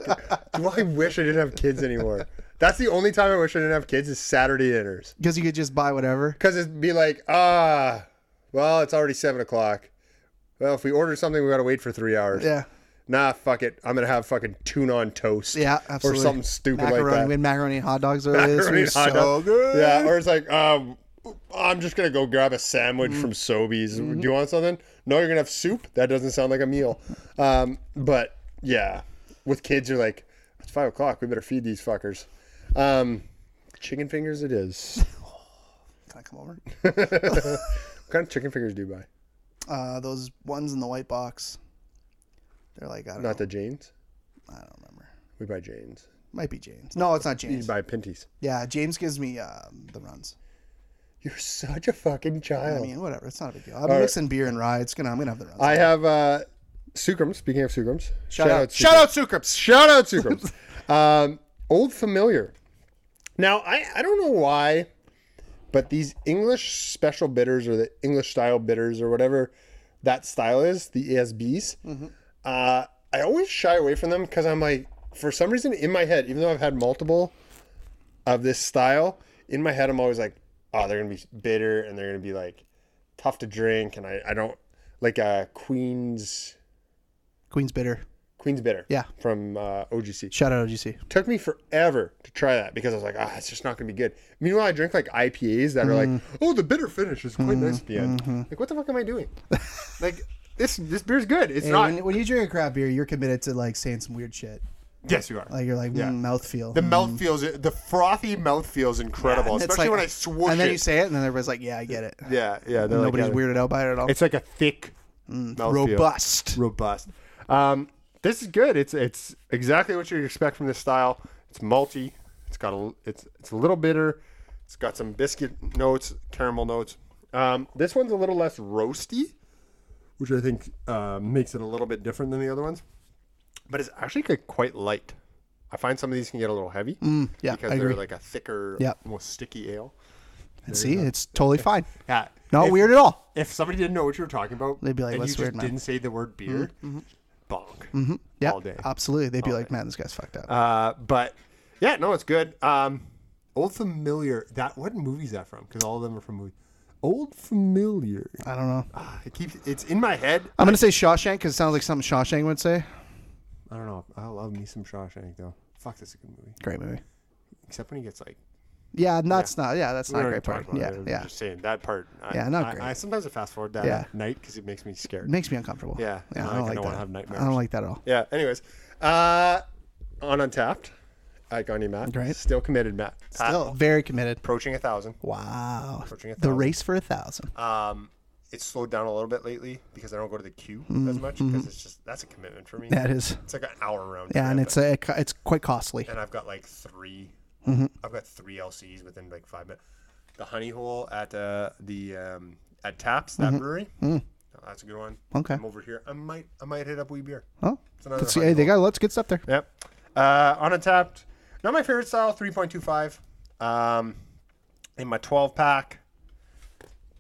[SPEAKER 1] *laughs*
[SPEAKER 2] do I wish I didn't have kids anymore? That's the only time I wish I didn't have kids is Saturday dinners.
[SPEAKER 1] Because you could just buy whatever.
[SPEAKER 2] Because it'd be like, ah, well, it's already seven o'clock. Well, if we order something, we gotta wait for three hours.
[SPEAKER 1] Yeah.
[SPEAKER 2] nah, fuck it. I'm gonna have fucking tuna on toast.
[SPEAKER 1] Yeah, absolutely.
[SPEAKER 2] Or something stupid
[SPEAKER 1] macaroni. We
[SPEAKER 2] like
[SPEAKER 1] had macaroni and hot
[SPEAKER 2] *laughs*
[SPEAKER 1] dogs earlier
[SPEAKER 2] that.
[SPEAKER 1] this
[SPEAKER 2] Macaroni
[SPEAKER 1] week.
[SPEAKER 2] and hot
[SPEAKER 1] So
[SPEAKER 2] dog.
[SPEAKER 1] good.
[SPEAKER 2] Yeah, or it's like, um, I'm just gonna go grab a sandwich from Sobeys.
[SPEAKER 1] Mm-hmm.
[SPEAKER 2] Do you want something? No, you're gonna have soup. That doesn't sound like a meal. Um, but yeah, with kids, you're like, it's five o'clock. We better feed these fuckers. Um, chicken fingers, it is. *laughs*
[SPEAKER 1] Can I *laughs* come over?
[SPEAKER 2] what kind of chicken fingers do you buy?
[SPEAKER 1] Uh, those ones in the white box. They're like, I don't,
[SPEAKER 2] Not the Janes.
[SPEAKER 1] I don't remember.
[SPEAKER 2] We buy Janes.
[SPEAKER 1] Might be James. No, it's not
[SPEAKER 2] You
[SPEAKER 1] James.
[SPEAKER 2] buy Pinties.
[SPEAKER 1] Yeah, James gives me um, the runs.
[SPEAKER 2] You're such a fucking child.
[SPEAKER 1] I mean, whatever. It's not a big deal. I'm mixing beer and rye. It's gonna. I'm gonna have the runs.
[SPEAKER 2] I have uh Sucrums. Speaking of Sucrums,
[SPEAKER 1] shout, out,
[SPEAKER 2] Sucrums.
[SPEAKER 1] shout out, Sucrums. *laughs*
[SPEAKER 2] shout out Sucrums. um, Old Familiar.
[SPEAKER 5] Now I, I don't know why, but these English special bitters or the English style bitters or whatever that style is, the ESBs,
[SPEAKER 1] Mm-hmm.
[SPEAKER 5] uh, I always shy away from them because I'm like, for some reason in my head, even though I've had multiple of this style, in my head I'm always like, oh, they're gonna be bitter and they're gonna be like tough to drink, and I, I don't like uh Queen's
[SPEAKER 1] Queen's bitter.
[SPEAKER 5] Queen's bitter,
[SPEAKER 1] Yeah.
[SPEAKER 5] from uh, OGC
[SPEAKER 1] Shout out OGC.
[SPEAKER 5] took me forever to try that because I was like, ah, it's just not gonna be good. Meanwhile, I drink like IPAs that are like,
[SPEAKER 1] Mm-hmm.
[SPEAKER 5] oh, the bitter finish is quite nice at the end. Like, what the fuck am I
[SPEAKER 1] *laughs*
[SPEAKER 5] doing? like, this this beer's good. It's
[SPEAKER 1] Hey,
[SPEAKER 5] not.
[SPEAKER 1] when, when you drink a crap beer, you're committed to like saying some weird shit.
[SPEAKER 2] Yes, you are.
[SPEAKER 1] Like you're like mm, mouthfeel.
[SPEAKER 2] the mouth feels the frothy mouth feels incredible,
[SPEAKER 1] And it's
[SPEAKER 2] especially
[SPEAKER 1] like-
[SPEAKER 2] when I swoosh
[SPEAKER 1] And then
[SPEAKER 2] it.
[SPEAKER 1] you say it, and then everybody's like, "Yeah, I get it."
[SPEAKER 2] yeah, yeah. they're like,
[SPEAKER 1] Nobody's
[SPEAKER 2] yeah,
[SPEAKER 1] weirded out by it at all.
[SPEAKER 2] It's like a thick, mouth feel.
[SPEAKER 1] robust.
[SPEAKER 2] robust. Um, this is good. It's it's exactly what you would expect from this style. It's malty. It's got a it's it's a little bitter. It's got some biscuit notes, caramel notes. Um, this one's a little less roasty, which I think uh, makes it a little bit different than the other ones. But it's actually quite- quite light. I find some of these can get a little heavy
[SPEAKER 1] Mm, yeah,
[SPEAKER 2] because
[SPEAKER 1] I
[SPEAKER 2] they're
[SPEAKER 1] agree.
[SPEAKER 2] like a thicker,
[SPEAKER 1] Yep.
[SPEAKER 2] more sticky ale.
[SPEAKER 1] And see, it's totally
[SPEAKER 2] *laughs*
[SPEAKER 1] fine.
[SPEAKER 2] Yeah,
[SPEAKER 1] Not
[SPEAKER 2] If-
[SPEAKER 1] weird at all.
[SPEAKER 2] If somebody didn't know what you were talking about,
[SPEAKER 1] They'd be like,
[SPEAKER 2] and
[SPEAKER 1] "What's
[SPEAKER 2] you
[SPEAKER 1] weird,
[SPEAKER 2] just
[SPEAKER 1] man?" Mm-hmm,
[SPEAKER 2] didn't say the word beer, bonk.
[SPEAKER 1] Yeah,
[SPEAKER 2] all day.
[SPEAKER 1] absolutely. They'd be like, "Man, this guy's fucked up."
[SPEAKER 2] Uh, but yeah, no, it's good. Um, Old Familiar. That what movie is that from? Because all of them are from movies. Old Familiar.
[SPEAKER 1] I don't know.
[SPEAKER 2] Ah, it keeps. It's in my head.
[SPEAKER 1] I'm gonna say Shawshank because it sounds like something Shawshank would say.
[SPEAKER 2] I don't know. I love me some Shawshank though. Fuck, that's a good movie.
[SPEAKER 1] Great movie.
[SPEAKER 2] Except when he gets like.
[SPEAKER 1] Yeah, that's not. Yeah, that's
[SPEAKER 2] we
[SPEAKER 1] not a
[SPEAKER 2] already
[SPEAKER 1] great part.
[SPEAKER 2] talked about
[SPEAKER 1] Yeah,
[SPEAKER 2] it. I'm
[SPEAKER 1] yeah.
[SPEAKER 2] Just saying that part. I,
[SPEAKER 1] Yeah, not
[SPEAKER 2] I-
[SPEAKER 1] great.
[SPEAKER 2] I, sometimes I fast forward that
[SPEAKER 1] Yeah.
[SPEAKER 2] at night because it makes me scared.
[SPEAKER 1] It makes me uncomfortable.
[SPEAKER 2] Yeah,
[SPEAKER 1] yeah.
[SPEAKER 2] I
[SPEAKER 1] I don't
[SPEAKER 2] like- I
[SPEAKER 1] like
[SPEAKER 2] don't
[SPEAKER 1] that.
[SPEAKER 2] wanna have nightmares.
[SPEAKER 1] I don't like that at all.
[SPEAKER 2] Yeah. Anyways, uh, on Untapped, icon you, Matt.
[SPEAKER 1] Great.
[SPEAKER 2] Still committed, Matt. Pat,
[SPEAKER 1] Still very committed.
[SPEAKER 2] approaching a thousand.
[SPEAKER 1] Wow.
[SPEAKER 2] Approaching a
[SPEAKER 1] The
[SPEAKER 2] thousand.
[SPEAKER 1] race for a thousand.
[SPEAKER 2] Um, it's slowed down a little bit lately because I don't go to the queue as much because it's just that's a commitment for me.
[SPEAKER 1] Mm-hmm. That is.
[SPEAKER 2] It's like an hour round.
[SPEAKER 1] Yeah, and
[SPEAKER 2] trip,
[SPEAKER 1] it's a, it's quite costly.
[SPEAKER 2] and I've got like 3
[SPEAKER 1] Mm-hmm.
[SPEAKER 2] i I've got three LCs within like five minutes. The Honey Hole at uh, the um, at Taps that brewery. Oh, that's a good one.
[SPEAKER 1] Mm-hmm. Mm. Okay.
[SPEAKER 2] I'm over here. I might I might hit up Wee Beer.
[SPEAKER 1] Oh,
[SPEAKER 2] It's another
[SPEAKER 1] let's see.
[SPEAKER 2] honey
[SPEAKER 1] Hey, they
[SPEAKER 2] hole.
[SPEAKER 1] got lots of good stuff there.
[SPEAKER 2] Yep. Uh, on Untapped, not my favorite style. Three point two five. Um, in my twelve pack. *sighs*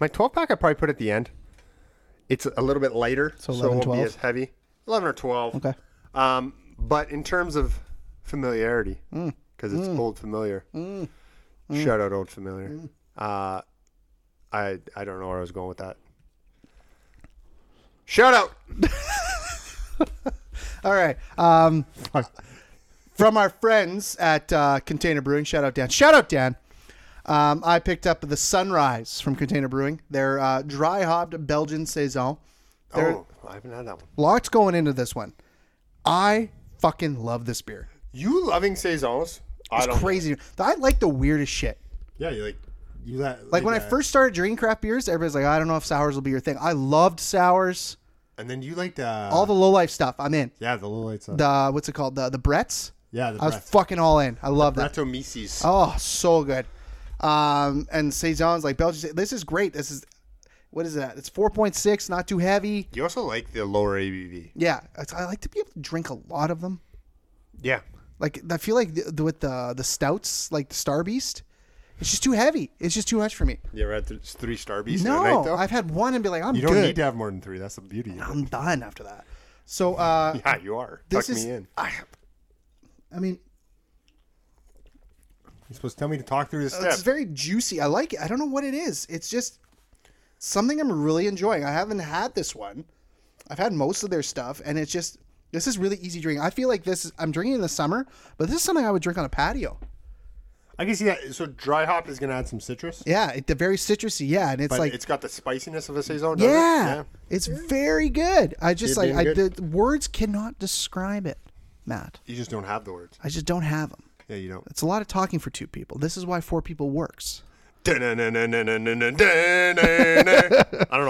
[SPEAKER 2] My twelve pack, I probably put at the end. It's a little bit lighter, so,
[SPEAKER 1] 11,
[SPEAKER 2] it won't
[SPEAKER 1] 12?
[SPEAKER 2] be as heavy. Eleven or twelve.
[SPEAKER 1] Okay.
[SPEAKER 2] Um, but in terms of familiarity,
[SPEAKER 1] Mm.
[SPEAKER 2] because it's old familiar. Shout out old familiar.
[SPEAKER 1] Mm.
[SPEAKER 2] Uh, I I don't know where I was going with that. Shout out.
[SPEAKER 1] All right. Um, from our friends at uh, Container Brewing, shout out Dan. Shout out Dan. Um, I picked up the Sunrise from Container Brewing. Their uh, dry hopped Belgian saison. There-
[SPEAKER 2] Oh, I haven't had that one.
[SPEAKER 1] Lots going into this one. I fucking love this beer.
[SPEAKER 2] You loving saisons? I
[SPEAKER 1] It's crazy. I like the weirdest shit.
[SPEAKER 2] Yeah, you like you that
[SPEAKER 1] Like when I first started drinking craft beers, everybody's like, "I don't know if sours will be your thing." I loved sours.
[SPEAKER 2] and then you liked uh,
[SPEAKER 1] All the low life stuff, I'm in.
[SPEAKER 2] yeah the little lights up.
[SPEAKER 1] The what's it called? The the Bretts.
[SPEAKER 2] yeah, the
[SPEAKER 1] I was fucking all in. I love that.
[SPEAKER 2] Bratomises.
[SPEAKER 1] Oh, so good. Um, and saisons like Belgian. This is great. This is what is that? It's four point six. Not too heavy.
[SPEAKER 2] You also like the lower ABV.
[SPEAKER 1] Yeah, it's, I like to be able to drink a lot of them.
[SPEAKER 2] Yeah,
[SPEAKER 1] Like I feel like the, with the the stouts, like the Star Beast, it's just too heavy. It's just too much for me.
[SPEAKER 2] you ever had th- three star beasts in a night
[SPEAKER 1] No,
[SPEAKER 2] though?
[SPEAKER 1] I've had one and be like, I'm
[SPEAKER 2] you don't
[SPEAKER 1] good.
[SPEAKER 2] need to have more than three. That's the beauty. of it.
[SPEAKER 1] I'm done after that. So uh,
[SPEAKER 2] *laughs* Yeah, you are.
[SPEAKER 1] this
[SPEAKER 2] Tuck
[SPEAKER 1] is.
[SPEAKER 2] me in.
[SPEAKER 1] I, I mean,
[SPEAKER 2] You're supposed to tell me to talk through the
[SPEAKER 1] it's
[SPEAKER 2] steps.
[SPEAKER 1] very juicy. I like it. I don't know what it is. It's just something I'm really enjoying. I haven't had this one. I've had most of their stuff, and it's just this is really easy drinking. I feel like this. Is, I'm drinking in the summer, but this is something I would drink on a patio.
[SPEAKER 2] I can see that. So dry hop is gonna add some citrus,
[SPEAKER 1] Yeah, it, the very citrusy. Yeah, and it's
[SPEAKER 2] but
[SPEAKER 1] like
[SPEAKER 2] it's got the spiciness of a saison. doesn't it?
[SPEAKER 1] yeah, it's very good. I just
[SPEAKER 2] It
[SPEAKER 1] like
[SPEAKER 2] being
[SPEAKER 1] I, the
[SPEAKER 2] good?
[SPEAKER 1] words cannot describe it, Matt.
[SPEAKER 2] You just don't have the words.
[SPEAKER 1] I just don't have them.
[SPEAKER 2] Yeah, you *laughs* don't.
[SPEAKER 1] It's a lot of talking for two people. This is why four people works.
[SPEAKER 2] I don't know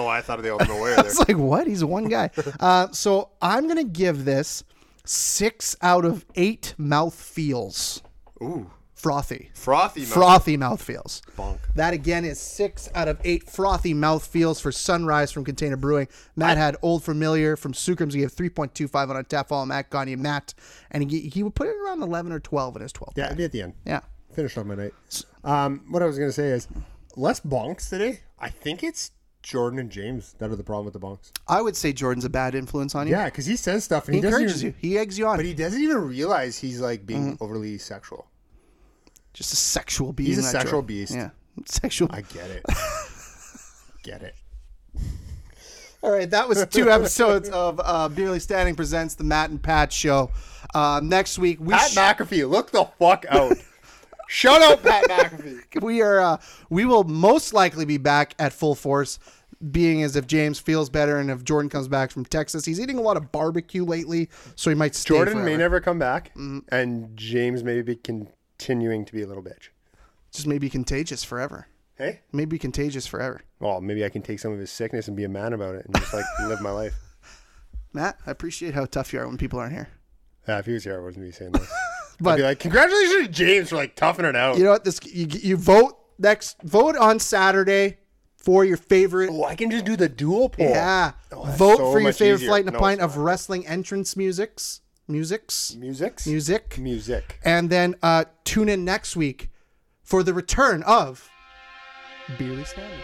[SPEAKER 2] why I thought of the open aware
[SPEAKER 1] *laughs*
[SPEAKER 2] there.
[SPEAKER 1] It's like what? He's one
[SPEAKER 2] *laughs*
[SPEAKER 1] guy. Uh, so I'm gonna give this six out of eight mouth feels
[SPEAKER 2] Ooh.
[SPEAKER 1] frothy,
[SPEAKER 3] Frothy mouth.
[SPEAKER 1] frothy mouthfeels.
[SPEAKER 3] Bonk.
[SPEAKER 1] That again is six out of eight frothy mouthfeels for Sunrise from Container Brewing. Matt had Old Familiar from Sucrums. He gave 3.25 on a tap follow Matt Gagne Matt. And he, he would put it around 11 or 12 in his 12.
[SPEAKER 2] Yeah, it'd be at the end.
[SPEAKER 1] Yeah.
[SPEAKER 2] Finished on my night. Um, what I was gonna say is less bonks today. I think it's Jordan and James that are the problem with the bonks.
[SPEAKER 1] I would say Jordan's a bad influence on you.
[SPEAKER 2] Yeah, because he says stuff and
[SPEAKER 1] He
[SPEAKER 2] he, doesn't
[SPEAKER 1] encourages
[SPEAKER 2] even-
[SPEAKER 1] you. He eggs you on.
[SPEAKER 3] But he doesn't even realize he's like being
[SPEAKER 2] Mm-hmm.
[SPEAKER 3] overly sexual.
[SPEAKER 1] Just a sexual being.
[SPEAKER 2] He's a
[SPEAKER 1] that
[SPEAKER 2] sexual
[SPEAKER 1] Jordan.
[SPEAKER 2] beast.
[SPEAKER 1] Yeah. *laughs* Sexual.
[SPEAKER 2] I get *laughs* it. get it.
[SPEAKER 1] All right, that was *laughs* two episodes of uh, Beerly Standing presents the Matt and Pat show. Uh, next week we
[SPEAKER 2] Pat
[SPEAKER 1] sh-
[SPEAKER 2] McAfee, look the fuck out. *laughs* Shut up, Pat McAfee.
[SPEAKER 1] we are uh, we will most likely be back at full force being as if James feels better and if Jordan comes back from Texas. He's eating a lot of barbecue lately, so he might stay
[SPEAKER 2] Jordan
[SPEAKER 1] forever.
[SPEAKER 2] may never come back, and James may be continuing to be a little bitch.
[SPEAKER 1] just maybe contagious forever.
[SPEAKER 2] Hey,
[SPEAKER 1] Maybe contagious forever.
[SPEAKER 2] well, maybe I can take some of his sickness and be a man about it, and just like *laughs* live my life.
[SPEAKER 1] Matt, I appreciate how tough you are when people aren't here.
[SPEAKER 2] Yeah, if he was here, I wouldn't
[SPEAKER 1] *laughs*
[SPEAKER 2] be saying this. I'd
[SPEAKER 1] But
[SPEAKER 2] be like, congratulations, to James, for like toughing it out.
[SPEAKER 1] you know what? This you, you vote next vote on Saturday for your favorite
[SPEAKER 2] oh, I can just do the dual poll.
[SPEAKER 1] Yeah.
[SPEAKER 2] Oh, that's
[SPEAKER 1] Vote
[SPEAKER 2] so
[SPEAKER 1] for your
[SPEAKER 2] much
[SPEAKER 1] favorite
[SPEAKER 2] easier.
[SPEAKER 1] flight and a
[SPEAKER 2] No,
[SPEAKER 1] pint
[SPEAKER 2] it's
[SPEAKER 1] of wrestling entrance musics. Musics.
[SPEAKER 2] Music.
[SPEAKER 1] Music.
[SPEAKER 2] Music.
[SPEAKER 1] And then uh, tune in next week for the return of Beerly Standing.